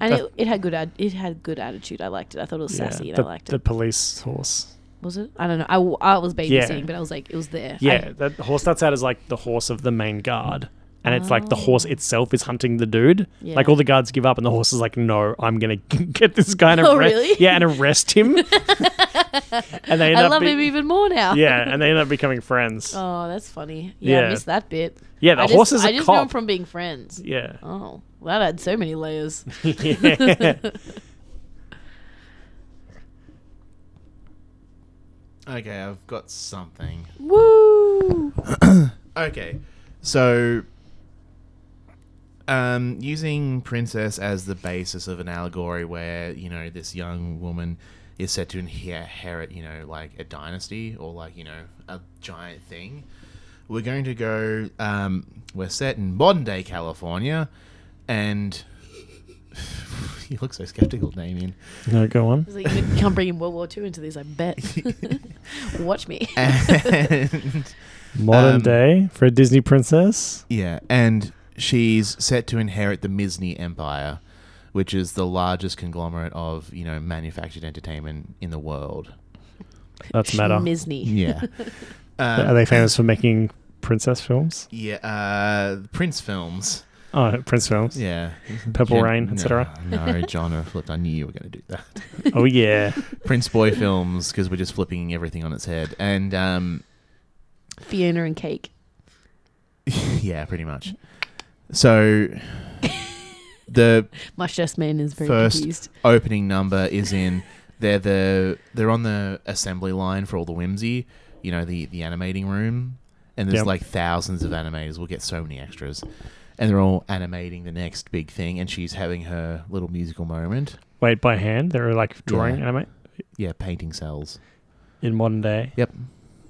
[SPEAKER 3] And
[SPEAKER 2] That-
[SPEAKER 3] it, it had good ad- it had good attitude. I liked it. I thought it was
[SPEAKER 2] Yeah,
[SPEAKER 3] sassy and
[SPEAKER 2] the,
[SPEAKER 3] I liked
[SPEAKER 2] the
[SPEAKER 3] it.
[SPEAKER 2] police horse.
[SPEAKER 3] Was it? I don't know. I, w- I was
[SPEAKER 2] Yeah.
[SPEAKER 3] babysitting, but I was like, it was there. I-
[SPEAKER 2] Yeah, that the horse starts out as like the horse of the main guard, and it's like the horse
[SPEAKER 3] Oh.
[SPEAKER 2] itself is hunting the dude. Like
[SPEAKER 3] Yeah.
[SPEAKER 2] all the guards give up, and the horse is like, "No, I'm gonna get this guy and
[SPEAKER 3] Oh,
[SPEAKER 2] arrest,
[SPEAKER 3] really?
[SPEAKER 2] yeah, and arrest him." and they end
[SPEAKER 3] I
[SPEAKER 2] up
[SPEAKER 3] love
[SPEAKER 2] be-
[SPEAKER 3] him even more now.
[SPEAKER 2] yeah, and they end up becoming friends.
[SPEAKER 3] Oh, that's funny. Yeah,
[SPEAKER 2] Yeah.
[SPEAKER 3] I missed that bit.
[SPEAKER 2] Yeah, the
[SPEAKER 3] I just,
[SPEAKER 2] horse is a
[SPEAKER 3] I just know
[SPEAKER 2] cop.
[SPEAKER 3] him from being friends.
[SPEAKER 2] yeah.
[SPEAKER 3] Oh, that had so many layers.
[SPEAKER 2] yeah.
[SPEAKER 1] Okay, I've got something.
[SPEAKER 3] Woo!
[SPEAKER 1] Okay, so um, using princess as the basis of an allegory where you know this young woman is said to inherit you know like a dynasty or like you know a giant thing. We're going to go. Um, we're set in modern day California, and you look so skeptical, Damien.
[SPEAKER 2] No, go on.
[SPEAKER 3] It's like, you can't bring in World War Two into this. I bet. Watch me.
[SPEAKER 1] And
[SPEAKER 2] Modern
[SPEAKER 1] Um,
[SPEAKER 2] day for a Disney princess.
[SPEAKER 1] Yeah, and she's set to inherit the Misni Empire, which is the largest conglomerate of you know manufactured entertainment in the world.
[SPEAKER 2] That's meta.
[SPEAKER 3] Misney.
[SPEAKER 1] Yeah,
[SPEAKER 2] Are
[SPEAKER 1] um,
[SPEAKER 2] they famous for making princess films?
[SPEAKER 1] yeah, uh, Prince films.
[SPEAKER 2] Oh, prince films.
[SPEAKER 1] Yeah,
[SPEAKER 2] Purple Rain,
[SPEAKER 1] no,
[SPEAKER 2] etc.
[SPEAKER 1] No genre flipped. I knew you were going to do that.
[SPEAKER 2] Oh yeah.
[SPEAKER 1] Prince boy films because we're just flipping everything on its head. And um,
[SPEAKER 3] Fiona and Cake.
[SPEAKER 1] yeah, pretty much. So the
[SPEAKER 3] My chess man is very
[SPEAKER 1] First.
[SPEAKER 3] confused.
[SPEAKER 1] opening number is in they're the they're on the assembly line for all the whimsy you know the the animating room and there's
[SPEAKER 2] Yep.
[SPEAKER 1] like thousands of animators we'll get so many extras and they're all animating the next big thing and she's having her little musical moment
[SPEAKER 2] Wait, by hand? They were like drawing
[SPEAKER 1] Yeah.
[SPEAKER 2] anime
[SPEAKER 1] yeah painting cells
[SPEAKER 2] in modern day.
[SPEAKER 1] yep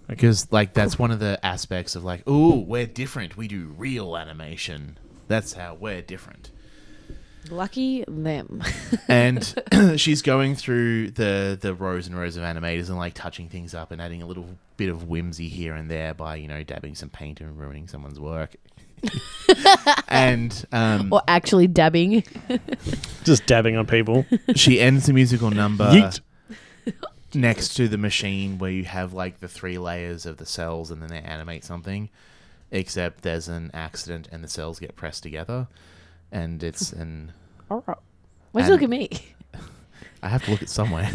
[SPEAKER 1] because like that's one of the aspects of like ooh we're different we do real animation that's how we're different
[SPEAKER 3] Lucky them.
[SPEAKER 1] and she's going through the the rows and rows of animators and like touching things up and adding a little bit of whimsy here and there by you know dabbing some paint and ruining someone's work and um,
[SPEAKER 3] or actually dabbing.
[SPEAKER 2] Just dabbing on people.
[SPEAKER 1] she ends the musical number
[SPEAKER 2] Yeet.
[SPEAKER 1] next to the machine where you have like the three layers of the cells and then they animate something except there's an accident and the cells get pressed together and it's an
[SPEAKER 3] Why'd you look at me?
[SPEAKER 1] i have to look at somewhere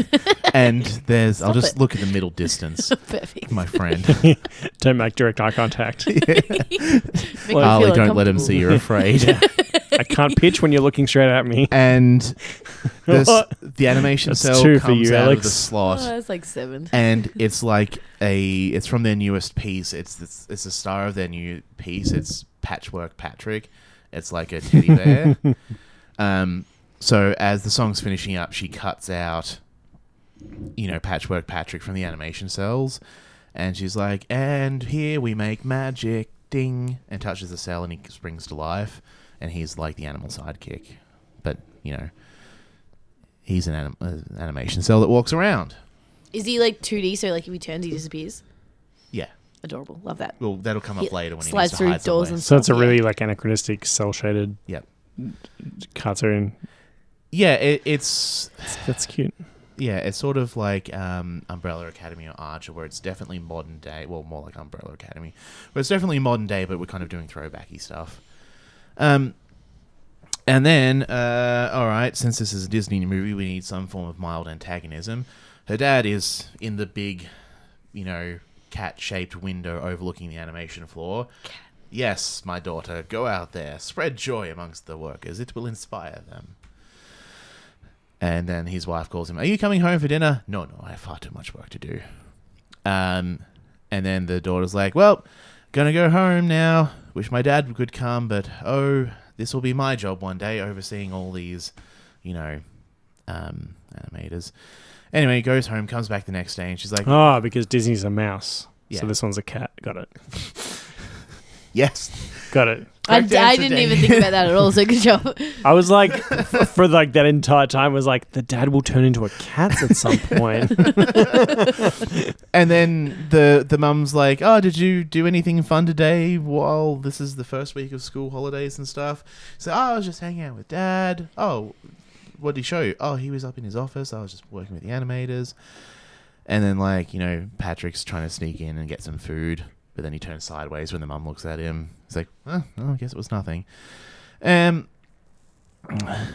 [SPEAKER 1] and there's i'll
[SPEAKER 3] Stop
[SPEAKER 1] just
[SPEAKER 3] it.
[SPEAKER 1] look at the middle distance
[SPEAKER 3] Perfect.
[SPEAKER 1] my friend
[SPEAKER 2] Don't make direct eye contact.
[SPEAKER 3] Make me
[SPEAKER 2] Well,
[SPEAKER 1] Harley,
[SPEAKER 3] feel
[SPEAKER 1] Ah, don't let him
[SPEAKER 3] uncomfortable.
[SPEAKER 1] see you're afraid.
[SPEAKER 2] I can't pitch when you're looking straight at me.
[SPEAKER 1] And the,
[SPEAKER 2] What?
[SPEAKER 1] the animation
[SPEAKER 2] That's
[SPEAKER 1] cell
[SPEAKER 2] two
[SPEAKER 1] comes
[SPEAKER 2] for you,
[SPEAKER 1] out
[SPEAKER 2] Alex.
[SPEAKER 1] of the slot,
[SPEAKER 3] Oh, that's like seven.
[SPEAKER 1] and it's like a it's from their newest piece. It's it's, it's the star of their new piece. It's Patchwork Patrick. It's like a teddy bear. um, so as the song's finishing up, she cuts out, you know, Patchwork Patrick from the animation cells, and she's like, "And here we make magic." Ding, and touches the cell, and he springs to life, and he's like the animal sidekick, but you know, he's an anim- uh, animation cell that walks around.
[SPEAKER 3] Is he like 2D? So like if he turns, he disappears.
[SPEAKER 1] Yeah.
[SPEAKER 3] Adorable. Love that.
[SPEAKER 1] Well, that'll come up
[SPEAKER 3] Yeah,
[SPEAKER 1] later when he needs
[SPEAKER 3] slides
[SPEAKER 1] to
[SPEAKER 3] through
[SPEAKER 1] hide
[SPEAKER 3] doors
[SPEAKER 1] somewhere.
[SPEAKER 3] and-
[SPEAKER 2] So it's a
[SPEAKER 3] Yeah.
[SPEAKER 2] really like anachronistic, cell shaded
[SPEAKER 1] Yep.
[SPEAKER 2] cartoon.
[SPEAKER 1] yeah, it, it's
[SPEAKER 2] That's, that's cute.
[SPEAKER 1] yeah, it's sort of like um, Umbrella Academy or Archer, where it's definitely modern day. Well, more like Umbrella Academy, but it's definitely modern day. But we're kind of doing throwbacky stuff. Um, and then, uh, all right, since this is a Disney movie, we need some form of mild antagonism. Her dad is in the big, you know, cat-shaped window overlooking the animation floor. Yes, my daughter, go out there, spread joy amongst the workers. It will inspire them. And then his wife calls him, Are you coming home for dinner? No, no, I have far too much work to do. Um, and then the daughter's like, Well, gonna go home now. Wish my dad could come, but oh, this will be my job one day, overseeing all these, you know, um, animators. Anyway, he goes home, comes back the next day, and she's like,
[SPEAKER 2] Oh, because Disney's a mouse.
[SPEAKER 1] Yeah.
[SPEAKER 2] So this one's a cat. Got it.
[SPEAKER 1] Yes.
[SPEAKER 2] Got it.
[SPEAKER 3] I,
[SPEAKER 1] Correct
[SPEAKER 3] I
[SPEAKER 1] answer,
[SPEAKER 3] didn't
[SPEAKER 1] Dan.
[SPEAKER 3] even think about that at all. So good job.
[SPEAKER 2] I was like, f- for like that entire time, was like, the dad will turn into a cat at some point.
[SPEAKER 1] And then the the mum's like, "Oh, did you do anything fun today? While this is the first week of school holidays and stuff." So, "Oh, I was just hanging out with dad. Oh, what did he show you? Oh, he was up in his office. I was just working with the animators." And then, like you know, Patrick's trying to sneak in and get some food, but then he turns sideways when the mum looks at him. He's like, "Oh, well, I guess it was nothing." Um,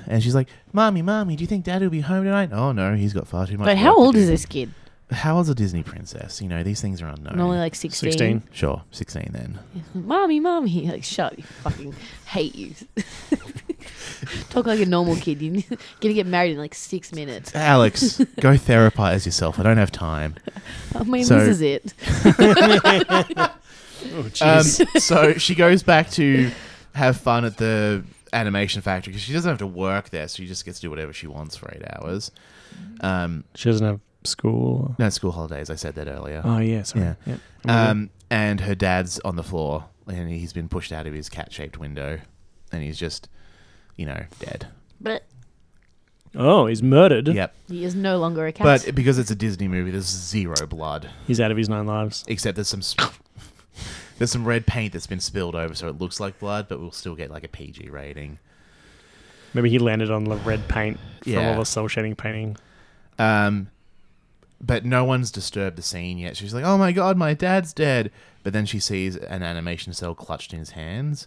[SPEAKER 1] and she's like, "Mommy, mommy, do you think dad will be home tonight?" Oh no, he's got far too much.
[SPEAKER 3] But how
[SPEAKER 1] work to
[SPEAKER 3] old is
[SPEAKER 1] do."
[SPEAKER 3] this kid?
[SPEAKER 1] How old's a Disney princess? You know, these things are unknown.
[SPEAKER 3] Normally like 16.
[SPEAKER 2] 16.
[SPEAKER 1] sure, 16 then.
[SPEAKER 3] Mommy, mommy. Like, shut you fucking hate you. Talk like a normal kid. You're going to get married in like six minutes.
[SPEAKER 1] Alex, go therapize yourself. I don't have time.
[SPEAKER 3] I mean,
[SPEAKER 1] So-
[SPEAKER 3] this is it.
[SPEAKER 2] Oh,
[SPEAKER 1] Um,
[SPEAKER 2] jeez.
[SPEAKER 1] so she goes back to have fun at the animation factory because she doesn't have to work there. So she just gets to do whatever she wants for eight hours. Um,
[SPEAKER 2] she doesn't have school.
[SPEAKER 1] no, school holidays. I said that earlier.
[SPEAKER 2] Oh, yeah. Sorry.
[SPEAKER 1] Yeah.
[SPEAKER 2] Yeah.
[SPEAKER 1] Um, and her dad's on the floor and he's been pushed out of his cat shaped window and he's just, you know, dead.
[SPEAKER 3] But
[SPEAKER 2] oh, he's murdered.
[SPEAKER 1] Yep.
[SPEAKER 3] he is no longer a cat.
[SPEAKER 1] But because it's a Disney movie, there's zero blood.
[SPEAKER 2] He's out of his nine lives.
[SPEAKER 1] except there's some sp- there's some red paint that's been spilled over, so it looks like blood, but we'll still get like a PG rating.
[SPEAKER 2] Maybe he landed on the red paint from
[SPEAKER 1] Yeah.
[SPEAKER 2] all the soul shading painting.
[SPEAKER 1] Um, but no one's disturbed the scene yet. She's like, "Oh my god, my dad's dead!" But then she sees an animation cell clutched in his hands,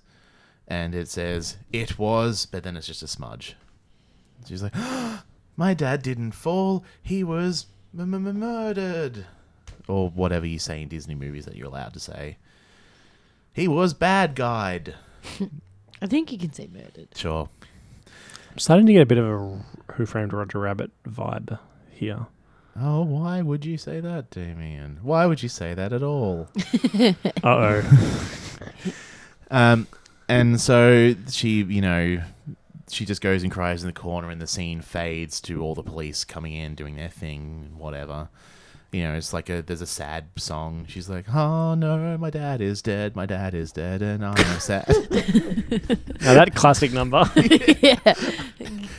[SPEAKER 1] and it says, "It was," but then it's just a smudge. She's like, "My dad didn't fall. He was m- m- murdered," or whatever you say in Disney movies that you're allowed to say. He was bad guy.
[SPEAKER 3] I think you can say murdered.
[SPEAKER 1] Sure.
[SPEAKER 2] I'm starting to get a bit of a Who Framed Roger Rabbit vibe here.
[SPEAKER 1] Oh, why would you say that, Damien? Why would you say that at all?
[SPEAKER 2] Uh oh.
[SPEAKER 1] um, and so she, you know, she just goes and cries in the corner, and the scene fades to all the police coming in, doing their thing, whatever. You know, it's like a there's a sad song. She's like, "Oh no, my dad is dead. My dad is dead, and I'm sad."
[SPEAKER 2] now, that classic number.
[SPEAKER 3] yeah.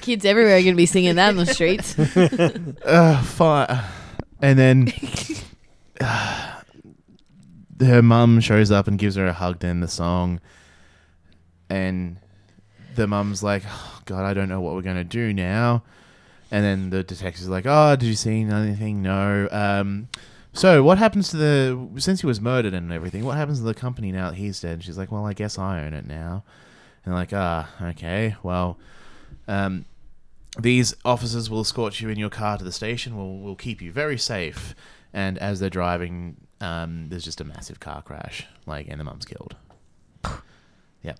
[SPEAKER 3] Kids everywhere are going to be singing that on the streets.
[SPEAKER 1] uh, fine. And then her mum shows up and gives her a hug. Then the song, and the mum's like, oh, "God, I don't know what we're gonna do now." And then the detective's like, "Oh, did you see anything? No." Um, so what happens to the since he was murdered and everything? What happens to the company now that he's dead? And she's like, "Well, I guess I own it now." And like, ah, okay, well, um, these officers will escort you in your car to the station. We'll, we'll keep you very safe. And as they're driving, um, there's just a massive car crash. Like, and the mum's killed.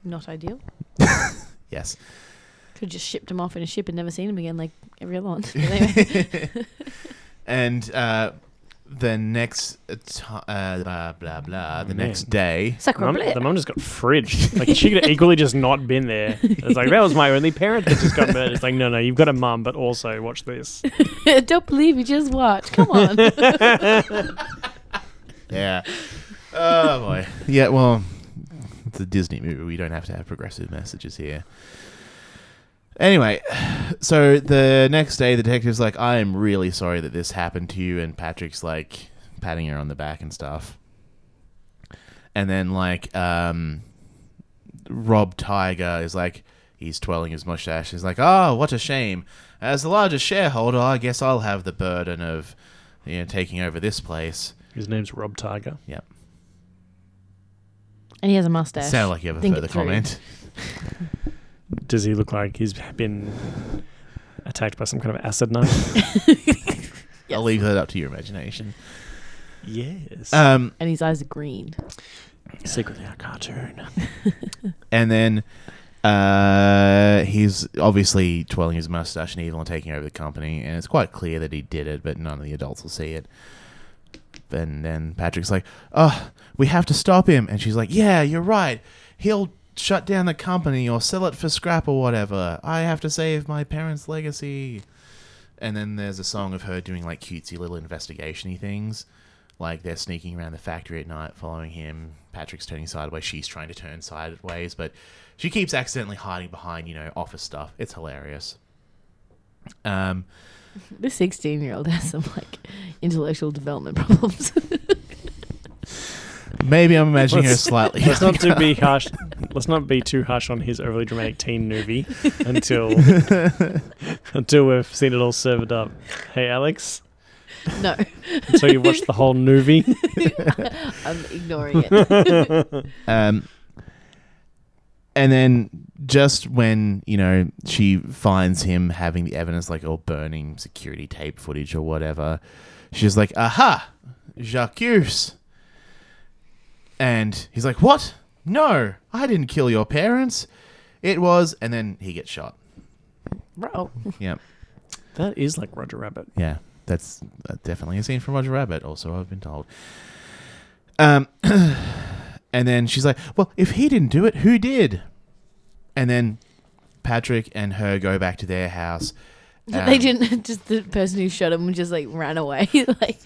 [SPEAKER 3] Not ideal.
[SPEAKER 1] Yes.
[SPEAKER 3] Could have just shipped him off in a ship and never seen him again, like every other one. But anyway,
[SPEAKER 1] And uh, the next ti uh, blah blah blah. The
[SPEAKER 2] Oh, man.
[SPEAKER 1] next day,
[SPEAKER 3] Sacre
[SPEAKER 2] Mum-
[SPEAKER 3] bleu.
[SPEAKER 2] the mum just got fridged. Like, she could have equally just not been there. It's like, that was my only parent that just got murdered. It's like, no, no, you've got a mum, but also watch this.
[SPEAKER 3] Don't believe me, just watch. Come on.
[SPEAKER 1] yeah. oh boy. Yeah. Well, it's a Disney movie. We don't have to have progressive messages here. Anyway, so the next day, the detective's like, "I am really sorry that this happened to you," and Patrick's like patting her on the back and stuff. and then like um, Rob Tiger is like he's twirling his mustache. He's like, "Oh, what a shame! As the largest shareholder, I guess I'll have the burden of you know taking over this place."
[SPEAKER 2] His name's Rob Tiger.
[SPEAKER 1] Yep.
[SPEAKER 3] And he has a mustache.
[SPEAKER 1] Sound like you have a
[SPEAKER 3] Think
[SPEAKER 1] further
[SPEAKER 3] it through.
[SPEAKER 1] comment.
[SPEAKER 2] Does he look like he's been attacked by some kind of acid knife?
[SPEAKER 1] I'll leave that up to your imagination.
[SPEAKER 2] yes.
[SPEAKER 1] Um,
[SPEAKER 3] and his eyes are green.
[SPEAKER 2] Secretly a cartoon.
[SPEAKER 1] and then uh, he's obviously twirling his mustache and evil and taking over the company, and it's quite clear that he did it, but none of the adults will see it. And then Patrick's like, "Oh, we have to stop him," and she's like, "Yeah, you're right. He'll shut down the company or sell it for scrap or whatever. I have to save my parents' legacy." And then there's a song of her doing like cutesy little investigationy things. Like they're sneaking around the factory at night following him. Patrick's turning sideways. She's trying to turn sideways, but she keeps accidentally hiding behind, you know, office stuff. It's hilarious. Um,
[SPEAKER 3] This 16 year old has some like intellectual development problems.
[SPEAKER 1] maybe I'm imagining her
[SPEAKER 2] Let's-
[SPEAKER 1] slightly.
[SPEAKER 2] Let's not to be harsh. Let's not be too harsh on his overly dramatic teen movie until until we've seen it all served up. Hey, Alex.
[SPEAKER 3] no,
[SPEAKER 2] Until you've watched the whole movie.
[SPEAKER 3] I'm ignoring it.
[SPEAKER 1] Um, and then just when you know she finds him having the evidence, like or burning security tape footage or whatever, she's like, "Aha, Jacques!" And he's like, "What? No, I didn't kill your parents. It was." And then he gets shot.
[SPEAKER 3] Bro.
[SPEAKER 1] Yep.
[SPEAKER 2] That is like Roger Rabbit.
[SPEAKER 1] Yeah, that's uh, definitely a scene from Roger Rabbit. Also, I've been told. Um, and then she's like, "Well, if he didn't do it, who did?" And then Patrick and her go back to their house.
[SPEAKER 3] they
[SPEAKER 1] Um,
[SPEAKER 3] didn't, just the person who shot him just like ran away. like,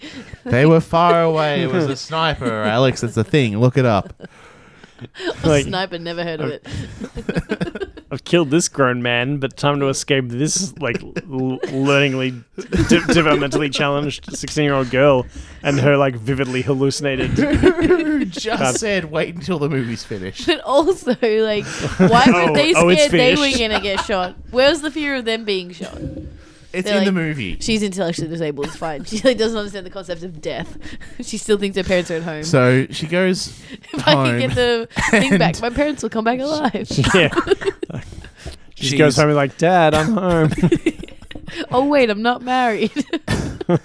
[SPEAKER 1] They were far away. It was a sniper, Alex. It's a thing. Look it up.
[SPEAKER 2] Like, uh,
[SPEAKER 3] sniper never heard of it.
[SPEAKER 2] I've killed this grown man, but time to escape this like l- learningly, de- developmentally challenged sixteen-year-old girl and her like vividly hallucinated.
[SPEAKER 1] Who just
[SPEAKER 2] God.
[SPEAKER 1] said wait until the movie's finished?
[SPEAKER 3] But also, like, why were
[SPEAKER 2] Oh,
[SPEAKER 3] they
[SPEAKER 2] oh,
[SPEAKER 3] scared
[SPEAKER 2] it's
[SPEAKER 3] they were
[SPEAKER 2] finished.
[SPEAKER 3] going to get shot? Where's the fear of them being shot?
[SPEAKER 1] It's
[SPEAKER 3] They're
[SPEAKER 1] in the
[SPEAKER 3] like-
[SPEAKER 1] movie.
[SPEAKER 3] She's intellectually disabled. It's fine. She like doesn't understand the concept of death. She still thinks her parents are at home.
[SPEAKER 1] So she goes
[SPEAKER 3] if I can get
[SPEAKER 1] home
[SPEAKER 3] the thing back,
[SPEAKER 1] and-
[SPEAKER 3] my parents will come back alive.
[SPEAKER 2] yeah.
[SPEAKER 1] She's-
[SPEAKER 2] She just goes home and like, Dad, I'm home.
[SPEAKER 3] oh wait, I'm not married.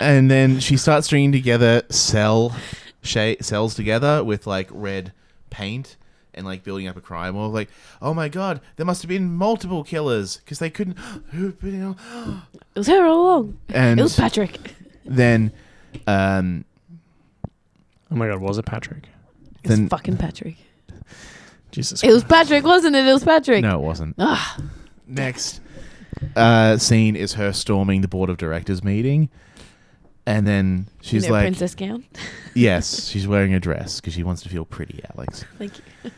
[SPEAKER 1] and then she starts stringing together cell sha- cells together with like red paint and like building up a crime or like oh my god there must have been multiple killers because they couldn't who you know
[SPEAKER 3] it was her all along.
[SPEAKER 1] and
[SPEAKER 3] It was Patrick.
[SPEAKER 1] then um
[SPEAKER 2] oh my God, was it Patrick?
[SPEAKER 3] It was
[SPEAKER 1] Then-
[SPEAKER 3] fucking Patrick.
[SPEAKER 2] Jesus.
[SPEAKER 3] It was Patrick, wasn't it? It was Patrick.
[SPEAKER 1] no it wasn't
[SPEAKER 3] Ah,
[SPEAKER 1] next uh scene is her storming the board of directors meeting and then she's
[SPEAKER 3] in her
[SPEAKER 1] like
[SPEAKER 3] princess gown.
[SPEAKER 1] yes she's wearing a dress because she wants to feel pretty alex
[SPEAKER 3] Thank you.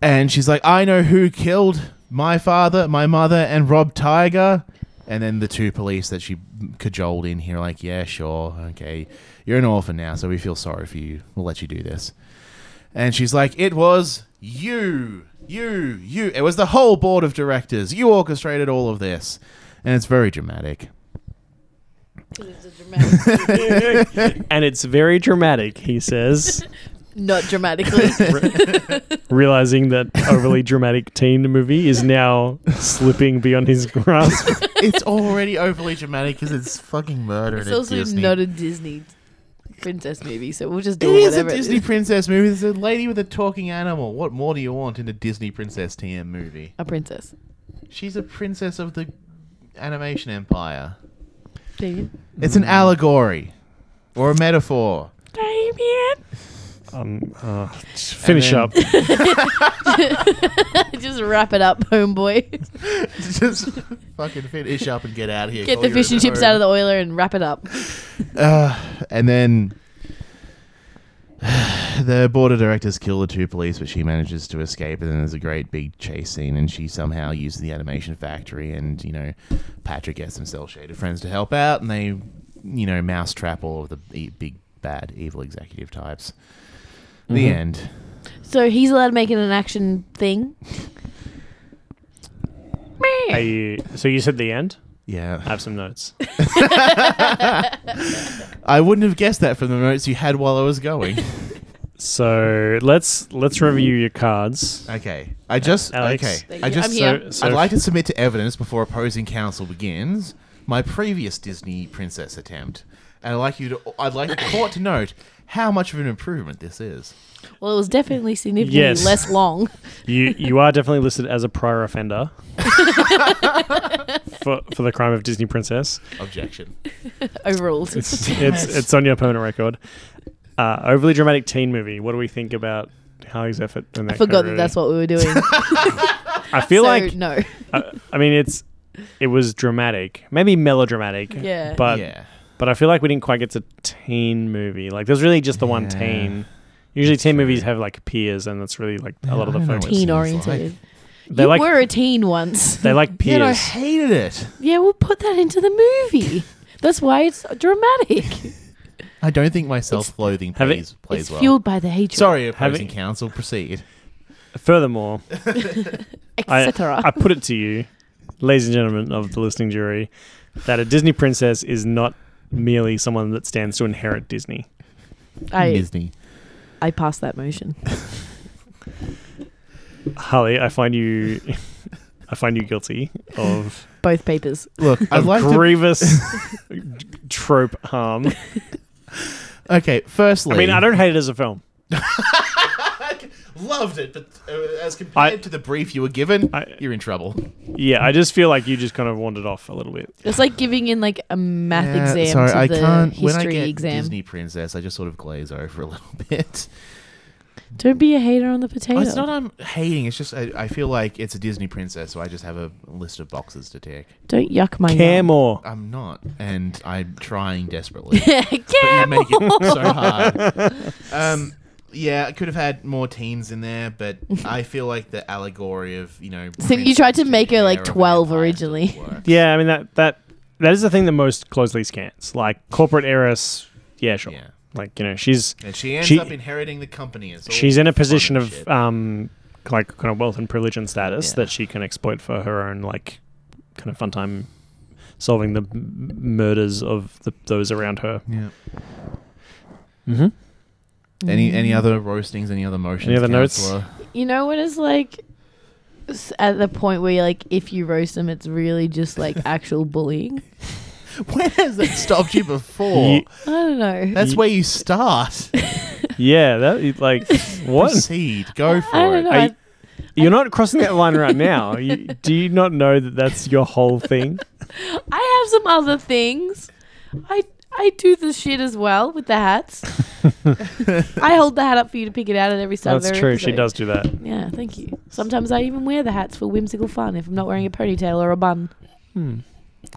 [SPEAKER 1] And she's like, I know who killed my father, my mother, and Rob Tiger. And then the two police that she cajoled in here are like, yeah, sure, okay. You're an orphan now, so we feel sorry for you. We'll let you do this. And she's like, it was you, you, you. It was the whole board of directors. You orchestrated all of this. And it's very dramatic.
[SPEAKER 3] Because it's a dramatic,
[SPEAKER 2] and it's very dramatic, he says,
[SPEAKER 3] not dramatically.
[SPEAKER 2] realizing that overly dramatic teen movie is now slipping beyond his grasp.
[SPEAKER 1] it's already overly dramatic because it's fucking murder.
[SPEAKER 3] it's
[SPEAKER 1] and
[SPEAKER 3] also
[SPEAKER 1] Disney.
[SPEAKER 3] not a Disney princess movie, so we'll just
[SPEAKER 1] It
[SPEAKER 3] do
[SPEAKER 1] is a
[SPEAKER 3] whatever.
[SPEAKER 1] Disney
[SPEAKER 3] it is.
[SPEAKER 1] princess movie. There's a lady with a talking animal. What more do you want in a Disney princess TM movie?
[SPEAKER 3] A princess.
[SPEAKER 1] She's a princess of the animation empire.
[SPEAKER 3] Damien.
[SPEAKER 1] It's an allegory or a metaphor.
[SPEAKER 3] Damien.
[SPEAKER 2] Um, uh, finish
[SPEAKER 1] then-
[SPEAKER 2] up.
[SPEAKER 3] just wrap it up, homeboy.
[SPEAKER 1] Just fucking finish up and get out of here.
[SPEAKER 3] Get the fish and chips out of the oiler and wrap it up.
[SPEAKER 1] Uh, and then the board of directors kill the two police, but she manages to escape. And then there's a great big chase scene, and she somehow uses the animation factory. And you know, Patrick gets some cell shaded friends to help out, and they, you know, mousetrap all of the e- big bad evil executive types. The
[SPEAKER 2] Mhm.
[SPEAKER 1] end.
[SPEAKER 3] So he's allowed to make it an action thing.
[SPEAKER 2] Are you, so you said the end?
[SPEAKER 1] Yeah.
[SPEAKER 2] I have some notes.
[SPEAKER 1] I wouldn't have guessed that from the notes you had while I was going.
[SPEAKER 2] So let's let's review your cards.
[SPEAKER 1] okay. I just
[SPEAKER 2] Alex.
[SPEAKER 1] okay.
[SPEAKER 3] Thank
[SPEAKER 1] I
[SPEAKER 3] you.
[SPEAKER 1] just
[SPEAKER 3] I'm
[SPEAKER 2] So-
[SPEAKER 3] here.
[SPEAKER 2] so
[SPEAKER 1] I'd like to submit to evidence before opposing counsel begins my previous Disney princess attempt, and I'd like you to I'd like the court to note how much of an improvement this is.
[SPEAKER 3] Well, it was definitely significantly
[SPEAKER 2] Yes.
[SPEAKER 3] less long.
[SPEAKER 2] You you are definitely listed as a prior offender for for the crime of Disney princess.
[SPEAKER 1] Objection.
[SPEAKER 3] Overruled.
[SPEAKER 2] It's it's it's on your permanent record. Uh, overly dramatic teen movie. What do we think about Harley's effort? In that
[SPEAKER 3] I forgot
[SPEAKER 2] category?
[SPEAKER 3] that that's what we were doing.
[SPEAKER 2] I feel
[SPEAKER 3] so,
[SPEAKER 2] like.
[SPEAKER 3] no.
[SPEAKER 1] uh,
[SPEAKER 2] I, I mean, it's it was dramatic, maybe melodramatic.
[SPEAKER 3] Yeah.
[SPEAKER 2] But
[SPEAKER 1] yeah.
[SPEAKER 2] but I feel like we didn't quite get to teen movie. Like there's really just the one
[SPEAKER 1] Yeah.
[SPEAKER 2] teen. Usually teen
[SPEAKER 1] true.
[SPEAKER 2] movies have like peers, and that's really like a lot of
[SPEAKER 1] I don't know
[SPEAKER 2] the focus.
[SPEAKER 1] what
[SPEAKER 3] Teen
[SPEAKER 1] seems
[SPEAKER 3] oriented.
[SPEAKER 2] They
[SPEAKER 3] you
[SPEAKER 2] like
[SPEAKER 3] were a teen once.
[SPEAKER 2] they like
[SPEAKER 1] Yeah,
[SPEAKER 2] peers.
[SPEAKER 1] and I hated it.
[SPEAKER 3] Yeah, we'll put that into the movie. That's why it's dramatic.
[SPEAKER 1] I don't think my self-loathing
[SPEAKER 2] Have it-
[SPEAKER 1] plays plays
[SPEAKER 3] it's
[SPEAKER 1] well.
[SPEAKER 3] fueled by the hatred.
[SPEAKER 1] Sorry, opposing
[SPEAKER 2] Having-
[SPEAKER 1] counsel, proceed.
[SPEAKER 2] Furthermore, I,
[SPEAKER 3] etc.
[SPEAKER 2] I put it to you, ladies and gentlemen of the listening jury, that a Disney princess is not merely someone that stands to inherit Disney.
[SPEAKER 3] I,
[SPEAKER 1] Disney.
[SPEAKER 3] I passed that motion.
[SPEAKER 2] Harley, I find you, I find you guilty of,
[SPEAKER 3] Both papers.
[SPEAKER 1] Look, I'd
[SPEAKER 2] of
[SPEAKER 1] like to
[SPEAKER 2] grievous trope harm.
[SPEAKER 1] Okay, firstly,
[SPEAKER 2] I mean, I don't hate it as a film.
[SPEAKER 1] loved it, but uh, as compared
[SPEAKER 2] I-
[SPEAKER 1] to the brief you were given,
[SPEAKER 2] I-
[SPEAKER 1] you're in trouble.
[SPEAKER 2] Yeah, I just feel like you just kind of wandered off a little bit.
[SPEAKER 3] It's like giving in like a math exam
[SPEAKER 1] sorry,
[SPEAKER 3] to
[SPEAKER 1] I
[SPEAKER 3] the
[SPEAKER 1] can't.
[SPEAKER 3] history
[SPEAKER 1] when I get
[SPEAKER 3] exam.
[SPEAKER 1] Disney Princess, I just sort of glaze over a little bit.
[SPEAKER 3] Don't be a hater on the potato.
[SPEAKER 1] Oh, It's not I'm hating. It's just I, I feel like it's a Disney Princess, so I just have a list of boxes to tick.
[SPEAKER 3] Don't yuck my
[SPEAKER 2] Care
[SPEAKER 3] yum.
[SPEAKER 2] more.
[SPEAKER 1] I'm not, and I'm trying desperately. but you
[SPEAKER 3] Camel.
[SPEAKER 1] make it so hard. Um, yeah, I could have had more teens in there, but I feel like the allegory of you know.
[SPEAKER 3] So you tried to
[SPEAKER 1] princess
[SPEAKER 3] make her, like,
[SPEAKER 1] and heir of an
[SPEAKER 3] 12
[SPEAKER 1] empire
[SPEAKER 3] originally.
[SPEAKER 1] doesn't work.
[SPEAKER 2] Yeah, I mean that that that is the thing that most closely scans. Like corporate heiress. Yeah, sure.
[SPEAKER 1] Yeah.
[SPEAKER 2] Like you know, she's
[SPEAKER 1] And she ends
[SPEAKER 2] She-
[SPEAKER 1] up inheriting the company. It's all
[SPEAKER 2] she's in a
[SPEAKER 1] fun
[SPEAKER 2] position
[SPEAKER 1] and
[SPEAKER 2] of
[SPEAKER 1] shit.
[SPEAKER 2] um like kind of wealth and privilege and status
[SPEAKER 1] Yeah.
[SPEAKER 2] that she can exploit for her own like kind of fun time solving the m- murders of the, those around her.
[SPEAKER 1] yeah.
[SPEAKER 2] Mm-hmm.
[SPEAKER 1] Any any other roastings? Any other motions?
[SPEAKER 2] Any other notes?
[SPEAKER 1] Counselor?
[SPEAKER 3] You know when it's like s- at the point where like if you roast them, it's really just like actual bullying.
[SPEAKER 1] When has that stopped you before?
[SPEAKER 2] Ye-
[SPEAKER 3] I don't know.
[SPEAKER 1] That's
[SPEAKER 2] Ye-
[SPEAKER 1] where you start.
[SPEAKER 2] Yeah, that like what?
[SPEAKER 1] Proceed. Go for
[SPEAKER 3] I don't
[SPEAKER 1] it.
[SPEAKER 3] know.
[SPEAKER 2] Are
[SPEAKER 3] I-
[SPEAKER 2] you- You're not crossing that line right now. You, do you not know that that's your whole thing?
[SPEAKER 3] I have some other things. I I do the shit as well with the hats. I hold the hat up for you to pick it out at every start. of
[SPEAKER 2] That's
[SPEAKER 3] every
[SPEAKER 2] true. She
[SPEAKER 3] episode.
[SPEAKER 2] does do that.
[SPEAKER 3] Yeah, thank you. Sometimes I even wear the hats for whimsical fun if I'm not wearing a ponytail or a bun.
[SPEAKER 2] Hmm.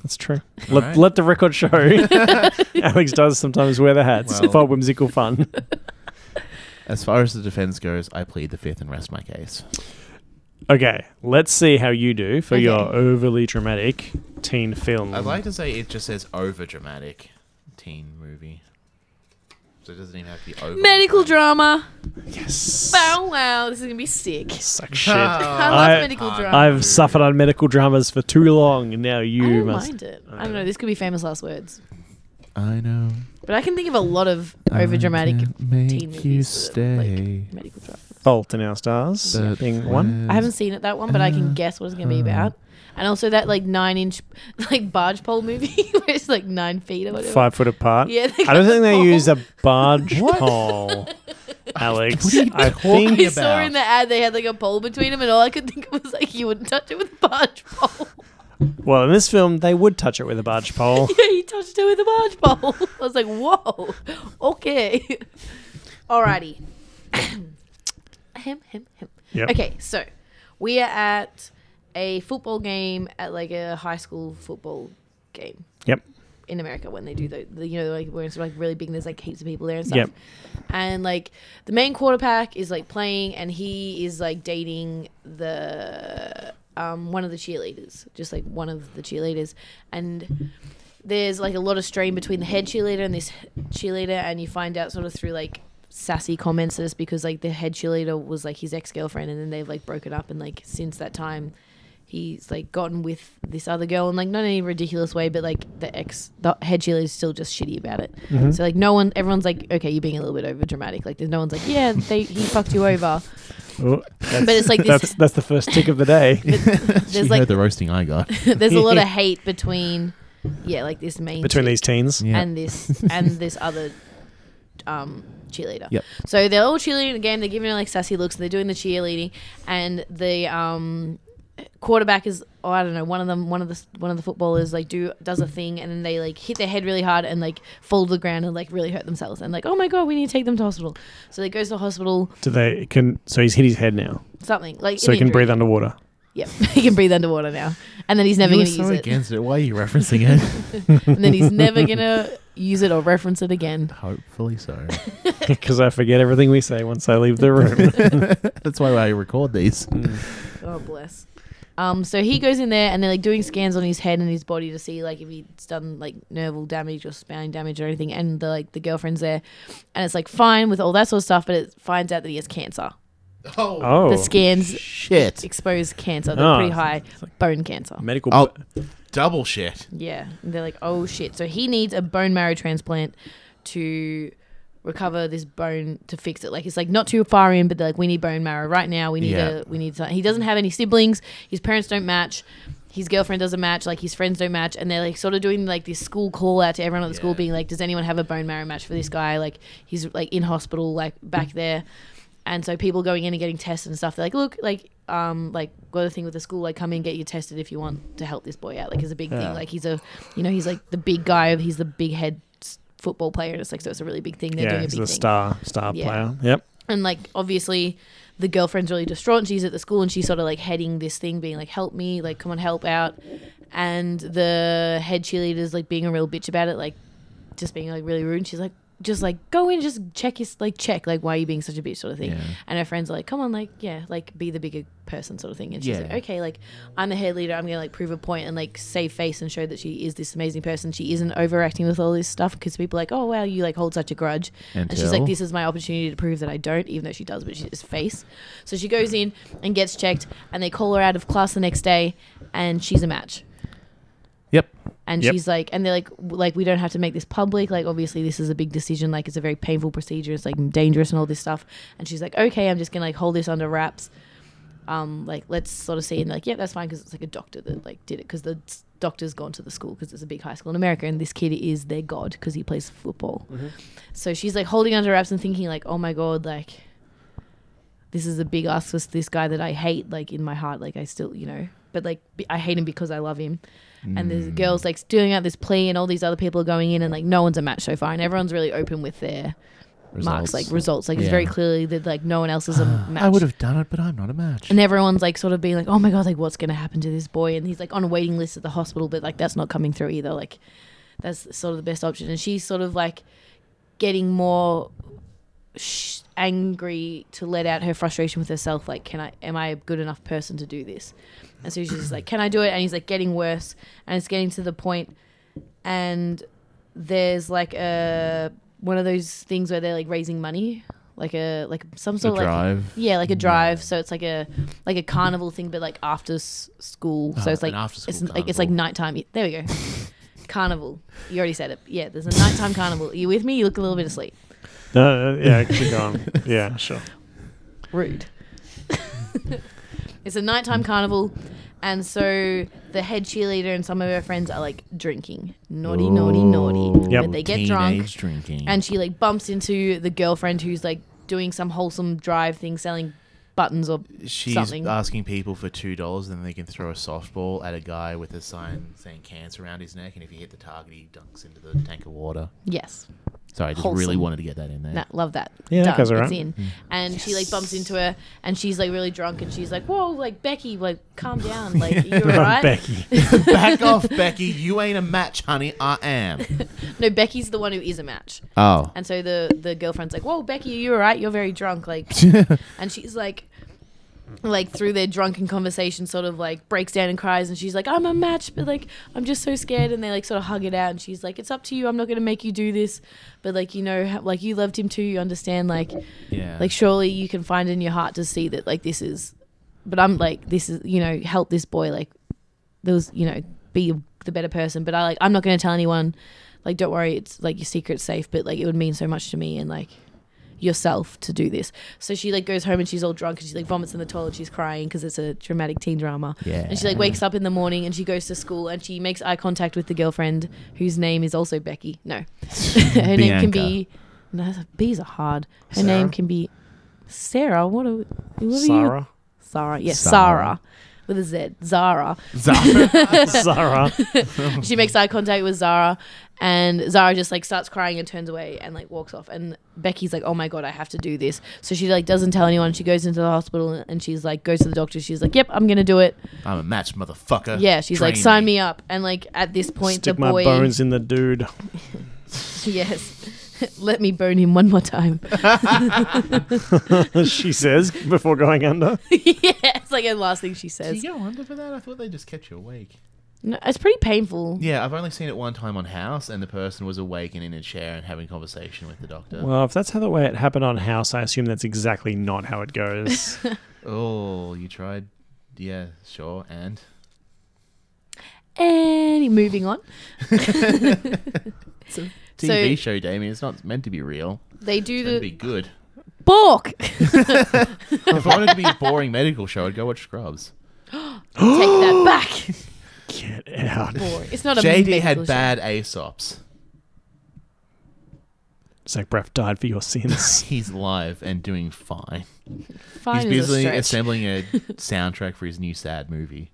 [SPEAKER 2] That's true.
[SPEAKER 1] All
[SPEAKER 2] Let,
[SPEAKER 1] right.
[SPEAKER 2] let the record show. Alex does sometimes wear the hats
[SPEAKER 1] Well.
[SPEAKER 2] for whimsical fun.
[SPEAKER 1] As far as the defense goes, I plead the fifth and rest my case.
[SPEAKER 2] Okay, let's see how you do for your
[SPEAKER 3] Okay.
[SPEAKER 2] overly dramatic teen film.
[SPEAKER 1] I'd like to say it just says over dramatic teen movie. So it doesn't even have to be over.
[SPEAKER 3] Medical drama.
[SPEAKER 2] Yes.
[SPEAKER 3] Bow wow, this is gonna be sick.
[SPEAKER 1] Ah.
[SPEAKER 2] Suck shit.
[SPEAKER 3] I love
[SPEAKER 2] I-
[SPEAKER 3] medical
[SPEAKER 1] I-
[SPEAKER 3] drama.
[SPEAKER 2] I've suffered on medical dramas for too long, and now you
[SPEAKER 3] I don't
[SPEAKER 2] must.
[SPEAKER 3] mind it. I don't know. This could be famous last words,
[SPEAKER 1] I know.
[SPEAKER 3] but I can think of a lot of over dramatic teen
[SPEAKER 1] Make you
[SPEAKER 3] movies that are, like,
[SPEAKER 1] stay.
[SPEAKER 3] medical drama.
[SPEAKER 2] Fault in Our Stars
[SPEAKER 1] But
[SPEAKER 2] being one.
[SPEAKER 3] I haven't seen it that one, but I can guess what it's gonna be about. And also that like nine inch like barge pole movie where it's like nine feet or whatever.
[SPEAKER 2] Five foot apart.
[SPEAKER 3] Yeah, they
[SPEAKER 2] I don't
[SPEAKER 3] got
[SPEAKER 2] think
[SPEAKER 3] the
[SPEAKER 2] they
[SPEAKER 3] pole.
[SPEAKER 2] use a barge pole, Alex. I think
[SPEAKER 3] I saw
[SPEAKER 1] about-
[SPEAKER 3] in the ad they had like a pole between them, and all I could think of was like you wouldn't touch it with a barge pole.
[SPEAKER 2] Well, in this film, they would touch it with a barge pole.
[SPEAKER 3] yeah, you touched it with a barge pole. I was like, whoa, okay, alrighty. him, him, him.
[SPEAKER 2] Yep.
[SPEAKER 3] Okay, so we are at a football game at like a high school football game.
[SPEAKER 2] Yep.
[SPEAKER 3] in America when they do the, the you know like where it's like really big and there's like heaps of people there and stuff.
[SPEAKER 2] Yep.
[SPEAKER 3] And like the main quarterback is like playing and he is like dating the um one of the cheerleaders, just like one of the cheerleaders and there's like a lot of strain between the head cheerleader and this cheerleader and you find out sort of through like sassy comments at us because like the head cheerleader was like his ex girlfriend, and then they've like broken up, and like since that time, he's like gotten with this other girl, and like not in any ridiculous way, but like the ex, the head cheerleader is still just shitty about it.
[SPEAKER 2] Mm-hmm. Hmm?
[SPEAKER 3] So like no one, everyone's like, okay, you're being a little bit over dramatic. Like there's no one's like, yeah, they he fucked you over,
[SPEAKER 2] Oh,
[SPEAKER 3] but it's like this.
[SPEAKER 2] that's that's the first tick of the day.
[SPEAKER 1] you
[SPEAKER 3] there's like
[SPEAKER 1] heard the roasting I got.
[SPEAKER 3] there's a lot of hate between yeah like this main
[SPEAKER 2] between
[SPEAKER 3] chick
[SPEAKER 2] these teens.
[SPEAKER 1] Yeah.
[SPEAKER 3] and this and this other um cheerleader
[SPEAKER 1] Yep.
[SPEAKER 3] so they're all cheerleading the game they're giving her like sassy looks and they're doing the cheerleading and the um quarterback is oh, I don't know one of them one of the one of the footballers like do does a thing and then they like hit their head really hard and like fall to the ground and like really hurt themselves and like oh my god we need to take them to hospital so they goes to hospital
[SPEAKER 2] Do they can? So he's hit his head now,
[SPEAKER 3] something like
[SPEAKER 2] so
[SPEAKER 3] an
[SPEAKER 2] he can
[SPEAKER 3] injury.
[SPEAKER 2] breathe underwater.
[SPEAKER 3] yep he can breathe underwater now and then he's never
[SPEAKER 1] you were
[SPEAKER 3] gonna
[SPEAKER 1] so
[SPEAKER 3] use it
[SPEAKER 1] against it. Why are you referencing it?
[SPEAKER 3] and then he's never gonna use it or reference it again.
[SPEAKER 1] Hopefully so.
[SPEAKER 2] Because I forget everything we say once I leave the room.
[SPEAKER 1] That's why I record these.
[SPEAKER 3] Oh bless. Um, so he goes in there and they're like doing scans on his head and his body to see like if he's done like nerval damage or spine damage or anything. And the like the girlfriend's there, and it's like fine with all that sort of stuff, but it finds out that he has cancer.
[SPEAKER 1] Oh,
[SPEAKER 2] oh,
[SPEAKER 3] The scans
[SPEAKER 1] shit.
[SPEAKER 3] expose cancer. They're
[SPEAKER 2] Ah.
[SPEAKER 3] pretty high bone cancer.
[SPEAKER 2] medical.
[SPEAKER 1] Oh, double shit.
[SPEAKER 3] Yeah, and they're like, oh shit. So he needs a bone marrow transplant to recover this bone to fix it. Like it's like not too far in, but they're like, we need bone marrow right now. We need
[SPEAKER 1] Yeah.
[SPEAKER 3] a we need something. He doesn't have any siblings. His parents don't match. His girlfriend doesn't match. Like his friends don't match, and they're like sort of doing like this school call out to everyone at the school, being like, does anyone have a bone marrow match for this guy? Like he's like in hospital, like back there. And so people going in and getting tests and stuff. They're like, look, like, um, like got a thing with the school. Like, come in, get you tested if you want to help this boy out. Like, it's a big thing. Like, he's a, you know, he's like the big guy. He's the big head s- football player. It's like so, it's a really big thing. They're
[SPEAKER 2] yeah,
[SPEAKER 3] doing a
[SPEAKER 2] he's
[SPEAKER 3] big
[SPEAKER 2] a
[SPEAKER 3] thing.
[SPEAKER 2] star star
[SPEAKER 3] Yeah.
[SPEAKER 2] player. Yep.
[SPEAKER 3] And like, obviously, the girlfriend's really distraught. And she's at the school and she's sort of like heading this thing, being like, help me, like, come on, help out. And the head cheerleader's like being a real bitch about it, like just being like really rude. And she's like, just like go in, just check his like check like why are you being such a bitch sort of thing.
[SPEAKER 1] Yeah.
[SPEAKER 3] And her friends are like, come on, like yeah, like be the bigger person sort of thing. And she's
[SPEAKER 1] Yeah.
[SPEAKER 3] like, okay, like I'm the head leader. I'm gonna like prove a point and like save face and show that she is this amazing person. She isn't overacting with all this stuff because people are like, oh wow, you like hold such a grudge. And, she's like,
[SPEAKER 1] Until-
[SPEAKER 3] this is my opportunity to prove that I don't, even though she does, but she just face. So she goes in and gets checked, and they call her out of class the next day, and she's a match
[SPEAKER 1] Yep.
[SPEAKER 3] and
[SPEAKER 2] Yep.
[SPEAKER 3] she's like and they're like w- like we don't have to make this public like obviously this is a big decision like it's a very painful procedure it's like dangerous and all this stuff and she's like okay i'm just gonna like hold this under wraps um like let's sort of see and like yeah that's fine because it's like a doctor that like did it because the s- doctor's gone to the school because it's a big high school in america and this kid is their god because he plays football
[SPEAKER 2] Mm-hmm.
[SPEAKER 3] so she's like holding under wraps and thinking like oh my god like this is a big ask for this guy that I hate, like in my heart, like I still, you know, but like be- I hate him because I love him. And there's
[SPEAKER 1] Mm.
[SPEAKER 3] girls like doing out this plea, and all these other people are going in, and like no one's a match so far, and everyone's really open with their marks, like results. Like it's
[SPEAKER 1] Yeah.
[SPEAKER 3] very clearly that like no one else is a match.
[SPEAKER 1] I would have done it, but I'm not a match.
[SPEAKER 3] And everyone's like sort of being like, oh my God, like what's going to happen to this boy? And he's like on a waiting list at the hospital, but like that's not coming through either. Like that's sort of the best option. And she's sort of like getting more sh- angry to let out her frustration with herself. Like, can I, am I a good enough person to do this? And so she's just like, can I do it? And he's like getting worse. And it's getting to the point and there's like a one of those things where they're like raising money like a like some sort of like
[SPEAKER 1] drive? Mm.
[SPEAKER 3] yeah like a drive so it's like a like a carnival thing but like after s- school so
[SPEAKER 1] Oh,
[SPEAKER 3] it's like
[SPEAKER 1] an after-school
[SPEAKER 3] it's like it's like
[SPEAKER 1] carnival.
[SPEAKER 3] nighttime there we go carnival you already said it yeah there's a nighttime carnival are you with me you look a little bit asleep
[SPEAKER 2] No, no, yeah, keep going. Yeah, sure.
[SPEAKER 3] rude. it's a nighttime carnival, and so the head cheerleader and some of her friends are like drinking, naughty, naughty, naughty.
[SPEAKER 2] Yep.
[SPEAKER 3] But they get
[SPEAKER 1] Teenage
[SPEAKER 3] drunk,
[SPEAKER 1] drinking.
[SPEAKER 3] and she like bumps into the girlfriend who's like doing some wholesome drive thing, selling buttons or
[SPEAKER 1] She's uh,
[SPEAKER 3] something.
[SPEAKER 1] asking people for two dollars, then they can throw a softball at a guy with a sign saying "cancer" around his neck, and if he hit the target, he dunks into the tank of water.
[SPEAKER 3] yes.
[SPEAKER 1] Sorry, I just
[SPEAKER 3] Wholesome.
[SPEAKER 1] really wanted to get that in there.
[SPEAKER 3] Nah, love that.
[SPEAKER 2] Yeah, that
[SPEAKER 3] Done.
[SPEAKER 2] goes all
[SPEAKER 3] It's
[SPEAKER 2] right. Mm.
[SPEAKER 3] in. And she like bumps into her, and she's like really drunk, and she's like, "Whoa, like Becky, like calm down, like you're right."
[SPEAKER 2] Becky.
[SPEAKER 1] Back off, Becky. You ain't a match, honey. I am.
[SPEAKER 3] No, Becky's the one who is a match.
[SPEAKER 1] Oh,
[SPEAKER 3] And so the the girlfriend's like, "Whoa, Becky, are you all right? You're very drunk." Like, and she's like, like through their drunken conversation sort of like breaks down and cries and she's like i'm a match but like i'm just so scared and they like sort of hug it out and she's like it's up to you i'm not going to make you do this but like you know how- like you loved him too you understand like
[SPEAKER 1] Yeah.
[SPEAKER 3] like surely you can find in your heart to see that like this is but i'm like this is you know help this boy like there was you know be the better person but i like i'm not going to tell anyone like don't worry it's like your secret's safe but like it would mean so much to me and like yourself to do this so she like goes home and she's all drunk and she like vomits in the toilet she's crying because it's a traumatic teen drama
[SPEAKER 1] Yeah.
[SPEAKER 3] and she like wakes up in the morning and she goes to school and she makes eye contact with the girlfriend whose name is also becky no her name can be no, bees are hard. Her
[SPEAKER 2] Sarah.
[SPEAKER 3] name can be Sarah. What are, we- what are you?
[SPEAKER 2] Sarah.
[SPEAKER 3] Sarah. Yes,
[SPEAKER 1] Sarah.
[SPEAKER 3] Sarah. With a Z. Zara.
[SPEAKER 1] Zara.
[SPEAKER 2] Sarah.
[SPEAKER 3] She makes eye contact with Zara and Zara just like starts crying and turns away and like walks off. And Becky's like, oh my God, I have to do this. So she like doesn't tell anyone. She goes into the hospital and she's like, goes to the doctor. She's like, yep, I'm going to do it.
[SPEAKER 1] I'm a match, motherfucker.
[SPEAKER 3] Yeah. She's like,
[SPEAKER 1] Train
[SPEAKER 3] sign me up. And like at this point,
[SPEAKER 2] Stick
[SPEAKER 3] the
[SPEAKER 2] my
[SPEAKER 3] boy.
[SPEAKER 2] bones in the dude.
[SPEAKER 3] Yes. Let me bone him one more time.
[SPEAKER 2] she says before going under.
[SPEAKER 3] yes. Like, the last thing she
[SPEAKER 1] Do you
[SPEAKER 3] says.
[SPEAKER 1] go under for that? I thought they just kept you awake.
[SPEAKER 3] No, it's pretty painful.
[SPEAKER 1] Yeah, I've only seen it one time on House, and the person was awake and in a chair and having conversation with the doctor.
[SPEAKER 2] Well, if that's how the way it happened on House, I assume that's exactly not how it goes.
[SPEAKER 1] Oh, you tried? Yeah, sure. And
[SPEAKER 3] Any moving on.
[SPEAKER 1] TV show, Damien. It's not meant to be real.
[SPEAKER 3] They do
[SPEAKER 1] It's meant to be
[SPEAKER 3] the
[SPEAKER 1] good.
[SPEAKER 3] Bork.
[SPEAKER 1] if I wanted to be a boring medical show, I'd go watch Scrubs.
[SPEAKER 3] Take that back.
[SPEAKER 2] Get out.
[SPEAKER 3] Bork. It's not a
[SPEAKER 1] JD had
[SPEAKER 3] medical
[SPEAKER 1] bad ASOPs.
[SPEAKER 2] Zach Braff died for your sins.
[SPEAKER 1] He's alive and doing fine.
[SPEAKER 3] show. Fine
[SPEAKER 1] He's
[SPEAKER 3] is a
[SPEAKER 1] busily
[SPEAKER 3] stretch.
[SPEAKER 1] assembling a soundtrack for his new sad movie.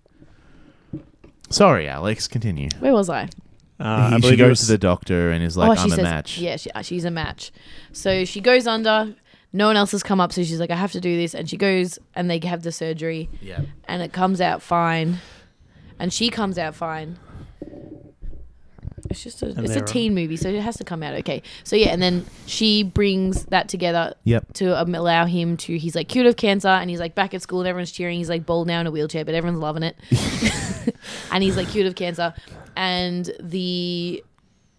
[SPEAKER 1] Sorry, Alex. Continue.
[SPEAKER 3] Where was I?
[SPEAKER 2] Uh, I
[SPEAKER 1] she
[SPEAKER 2] believe it
[SPEAKER 1] goes
[SPEAKER 2] was-
[SPEAKER 1] to the doctor and is like,
[SPEAKER 3] oh,
[SPEAKER 1] "I'm
[SPEAKER 3] she
[SPEAKER 1] a
[SPEAKER 3] says,
[SPEAKER 1] match."
[SPEAKER 3] yeah, she, uh, she's a match. So she goes under. No one else has come up, so she's like, I have to do this. And she goes, and they have the surgery,
[SPEAKER 1] yeah.
[SPEAKER 3] and it comes out fine, and she comes out fine. It's just a, it's a
[SPEAKER 2] they're-
[SPEAKER 3] teen movie, so it has to come out okay. So yeah, and then she brings that together
[SPEAKER 1] Yep.
[SPEAKER 3] to um, allow him to he's like cured of cancer and he's like back at school and everyone's cheering he's like bald now in a wheelchair but everyone's loving it and he's like cured of cancer and the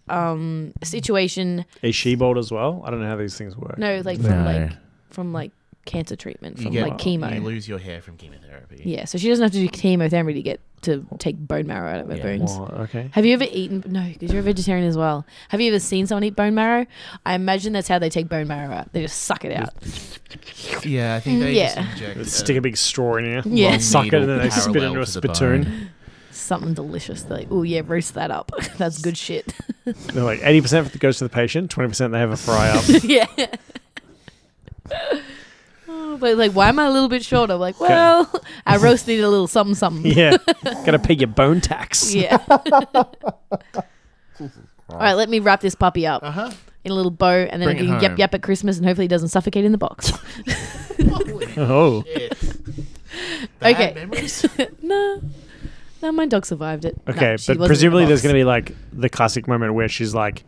[SPEAKER 3] um situation
[SPEAKER 2] Is she bald as well? I don't know how these things work.
[SPEAKER 3] no like from like from like cancer treatment from like
[SPEAKER 1] You
[SPEAKER 3] chemo
[SPEAKER 1] lose your hair from chemotherapy.
[SPEAKER 3] yeah so she doesn't have to do chemotherapy to get to take bone marrow out of her
[SPEAKER 1] Yeah.
[SPEAKER 3] bones
[SPEAKER 2] Well, okay.
[SPEAKER 3] have you ever eaten no because you're a vegetarian as well have you ever seen someone eat bone marrow i imagine that's how they take bone marrow out they just suck it out
[SPEAKER 1] Yeah, I think they
[SPEAKER 3] Yeah.
[SPEAKER 1] just inject.
[SPEAKER 2] Let's stick a big straw in here.
[SPEAKER 3] Yeah.
[SPEAKER 2] Well, suck it and then
[SPEAKER 1] needle
[SPEAKER 2] they spit it
[SPEAKER 1] parallel
[SPEAKER 2] into a
[SPEAKER 1] to the
[SPEAKER 2] spittoon.
[SPEAKER 1] bone.
[SPEAKER 3] something delicious They're like oh yeah roast that up that's good shit
[SPEAKER 2] They're like 80% of it goes to the patient, 20% they have a fry up.
[SPEAKER 3] yeah. Oh, but like, why am I a little bit short? I'm like, well, I roast needed a little something, something.
[SPEAKER 2] yeah. Gotta pay your bone tax.
[SPEAKER 3] Yeah. All right, let me wrap this puppy up
[SPEAKER 1] Uh huh.
[SPEAKER 3] in a little bow, and then
[SPEAKER 1] Bring
[SPEAKER 3] you
[SPEAKER 1] it
[SPEAKER 3] can yap
[SPEAKER 1] home.
[SPEAKER 3] yap at Christmas, and hopefully he doesn't suffocate in the box.
[SPEAKER 2] Oh.
[SPEAKER 3] Okay. no, no, my dog survived it. No,
[SPEAKER 2] Okay,
[SPEAKER 3] she wasn't in
[SPEAKER 2] but
[SPEAKER 3] the
[SPEAKER 2] presumably there's
[SPEAKER 3] box.
[SPEAKER 2] going to be like the classic moment where she's like,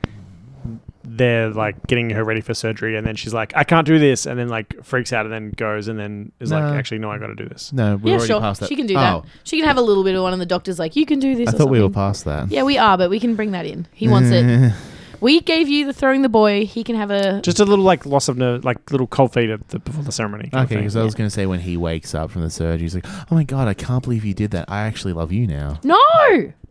[SPEAKER 2] they're like getting her ready for surgery, and then she's like, I can't do this, and then like freaks out and then goes and then is
[SPEAKER 1] No.
[SPEAKER 2] like, actually, no, I got to do this.
[SPEAKER 1] No, we're
[SPEAKER 3] yeah,
[SPEAKER 1] already
[SPEAKER 3] sure.
[SPEAKER 1] past that.
[SPEAKER 3] She can do
[SPEAKER 1] oh,
[SPEAKER 3] that. She can have a little bit of one, and the doctor's like, "You can do this."
[SPEAKER 1] I
[SPEAKER 3] or
[SPEAKER 1] thought we were
[SPEAKER 3] something.
[SPEAKER 1] past that.
[SPEAKER 3] Yeah, we are, but we can bring that in. He wants
[SPEAKER 1] Mm-hmm.
[SPEAKER 3] it. We gave you the throwing the boy. He can have a
[SPEAKER 2] Just a little like loss of nerve, like little cold feet at the, before the ceremony. kind of
[SPEAKER 1] Okay,
[SPEAKER 2] thing.
[SPEAKER 1] because I was going to say when he wakes up from the surgery, he's like, "Oh my god, I can't believe you did that. I actually love you now."
[SPEAKER 3] No,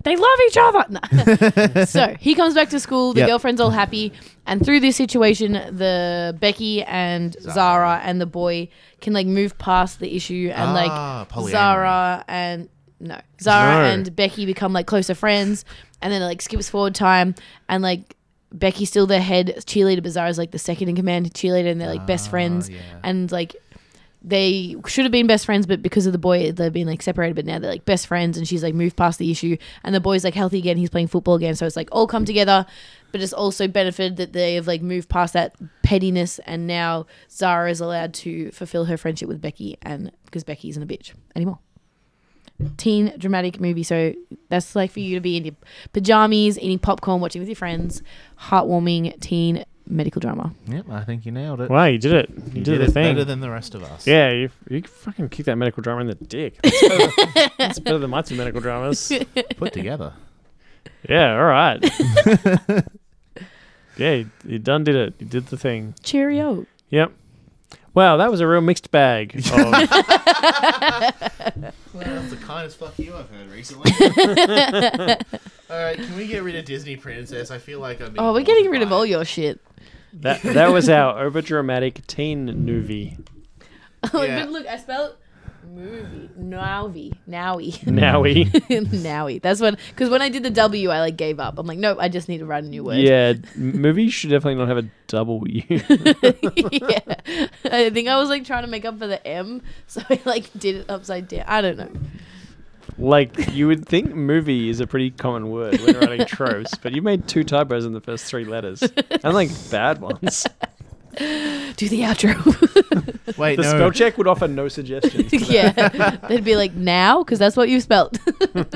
[SPEAKER 3] they love each other. No. so he comes back to school. The
[SPEAKER 1] Yep.
[SPEAKER 3] girlfriend's all happy, and through this situation, the Becky and Zara, and the boy can like move past the issue, and
[SPEAKER 1] Ah,
[SPEAKER 3] like
[SPEAKER 1] polyamory.
[SPEAKER 3] Zara and no Zara
[SPEAKER 2] No.
[SPEAKER 3] and Becky become like closer friends, and then it like skips forward time, and like Becky's still the head cheerleader, but Zara's like the second in command cheerleader, and they're like best friends,
[SPEAKER 1] yeah.
[SPEAKER 3] and like they should have been best friends, but because of the boy, they've been like separated. But now they're like best friends, and she's like moved past the issue, and the boy's like healthy again. He's playing football again, so it's like all come together. But it's also benefited that they have like moved past that pettiness, and now Zara is allowed to fulfill her friendship with Becky, and because Becky isn't a bitch anymore. Teen dramatic movie, so that's like for you to be in your pajamas, eating popcorn, watching with your friends, heartwarming teen medical drama.
[SPEAKER 1] Yep, I think you nailed it.
[SPEAKER 2] Wow, you did it. You,
[SPEAKER 1] you
[SPEAKER 2] did, the
[SPEAKER 1] it
[SPEAKER 2] thing.
[SPEAKER 1] better than the rest of us.
[SPEAKER 2] yeah, you, you fucking kicked that medical drama in the dick. That's better, that's better than my two medical dramas.
[SPEAKER 1] Put together.
[SPEAKER 2] Yeah, all right. yeah, you, you done did it. You did the thing.
[SPEAKER 3] Cheerio.
[SPEAKER 2] Yep. Wow, that was a real mixed bag. Oh, Of,
[SPEAKER 1] Well, that's the kindest fuck you I've heard recently. all right, can we get rid of Disney Princess? I feel like I'm.
[SPEAKER 3] Oh, we're getting rid of all your shit.
[SPEAKER 2] that that was our overdramatic teen movie.
[SPEAKER 1] Yeah.
[SPEAKER 3] Oh, look, I spelled movie. Nowy. Nowy.
[SPEAKER 2] Now we.
[SPEAKER 3] Nowy. That's when, because when I did the W, I like gave up. I'm like, nope, I just need to write a new word.
[SPEAKER 2] Yeah, movie should definitely not have a double U.
[SPEAKER 3] yeah. I think I was like trying to make up for the M, so I like did it upside down. I don't know.
[SPEAKER 2] like you would think movie is a pretty common word when writing tropes, but you made two typos in the first three letters. And like bad ones.
[SPEAKER 3] Do the outro.
[SPEAKER 1] Wait,
[SPEAKER 2] The
[SPEAKER 1] no.
[SPEAKER 2] spell check would offer no suggestions.
[SPEAKER 3] yeah. They'd be like, now? Because that's what you spelled.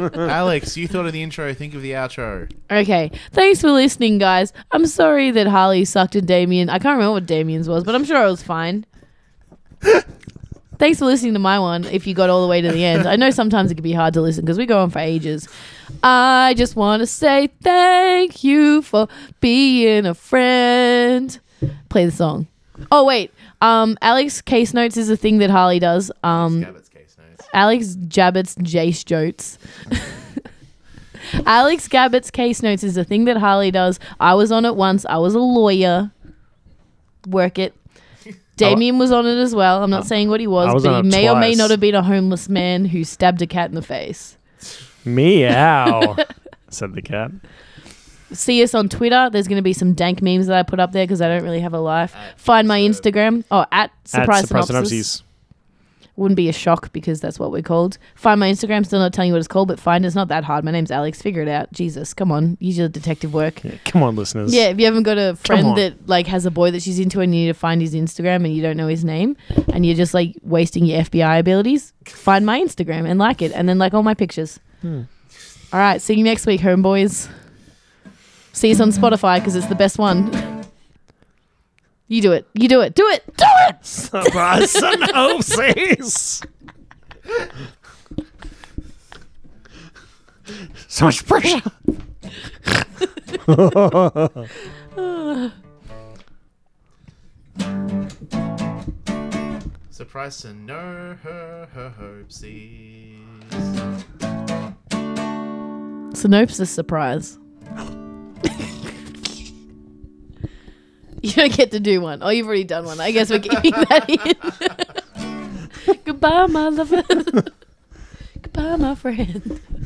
[SPEAKER 1] Alex, you thought of the intro. Think of the outro.
[SPEAKER 3] okay. Thanks for listening, guys. I'm sorry that Harley sucked at Damien. I can't remember what Damien's was, but I'm sure it was fine. Thanks for listening to my one if you got all the way to the end. I know sometimes it can be hard to listen because we go on for ages. I just want to say thank you for being a friend. Play the song. Oh, wait. Um, Alex Case Notes is a thing that Harley does. Um,
[SPEAKER 1] Gabbit's case notes.
[SPEAKER 3] Alex Jabbett's Jace Jotes. Alex Gabbett's case notes is a thing that Harley does. I was on it once. I was a lawyer. Work it. Damien was on it as well. I'm not saying what he was,
[SPEAKER 2] I was
[SPEAKER 3] but
[SPEAKER 2] on
[SPEAKER 3] he
[SPEAKER 2] it
[SPEAKER 3] may or may
[SPEAKER 2] twice.
[SPEAKER 3] not have been a homeless man who stabbed a cat in the face.
[SPEAKER 2] Meow, said the cat.
[SPEAKER 3] See us on Twitter. There's going to be some dank memes that I put up there because I don't really have a life. Find my Instagram. Oh, at surprise,
[SPEAKER 2] At surprise
[SPEAKER 3] synopsis.
[SPEAKER 2] synopses.
[SPEAKER 3] wouldn't be a shock because that's what we're called. Find my Instagram, still not telling you what it's called, but find it. it's not that hard. My name's Alex. Figure it out. Jesus, come on, use your detective work.
[SPEAKER 2] Yeah, come on, listeners.
[SPEAKER 3] Yeah, if you haven't got a
[SPEAKER 2] on.
[SPEAKER 3] friend that like has a boy that she's into and you need to find his Instagram and you don't know his name and you're just like wasting your FBI abilities, find my Instagram and like it and then like all my pictures. All right, see you next week, homeboys. See us on Spotify because it's the best one. You do it. You do it. Do it. Do it.
[SPEAKER 2] Surprise synopsis. so much pressure.
[SPEAKER 1] Surprise to no her, her hoopsies.
[SPEAKER 3] Synopsis surprise. you don't get to do one. Oh, you've already done one. I guess we're keeping that in. Goodbye, my lover. Goodbye, my friend.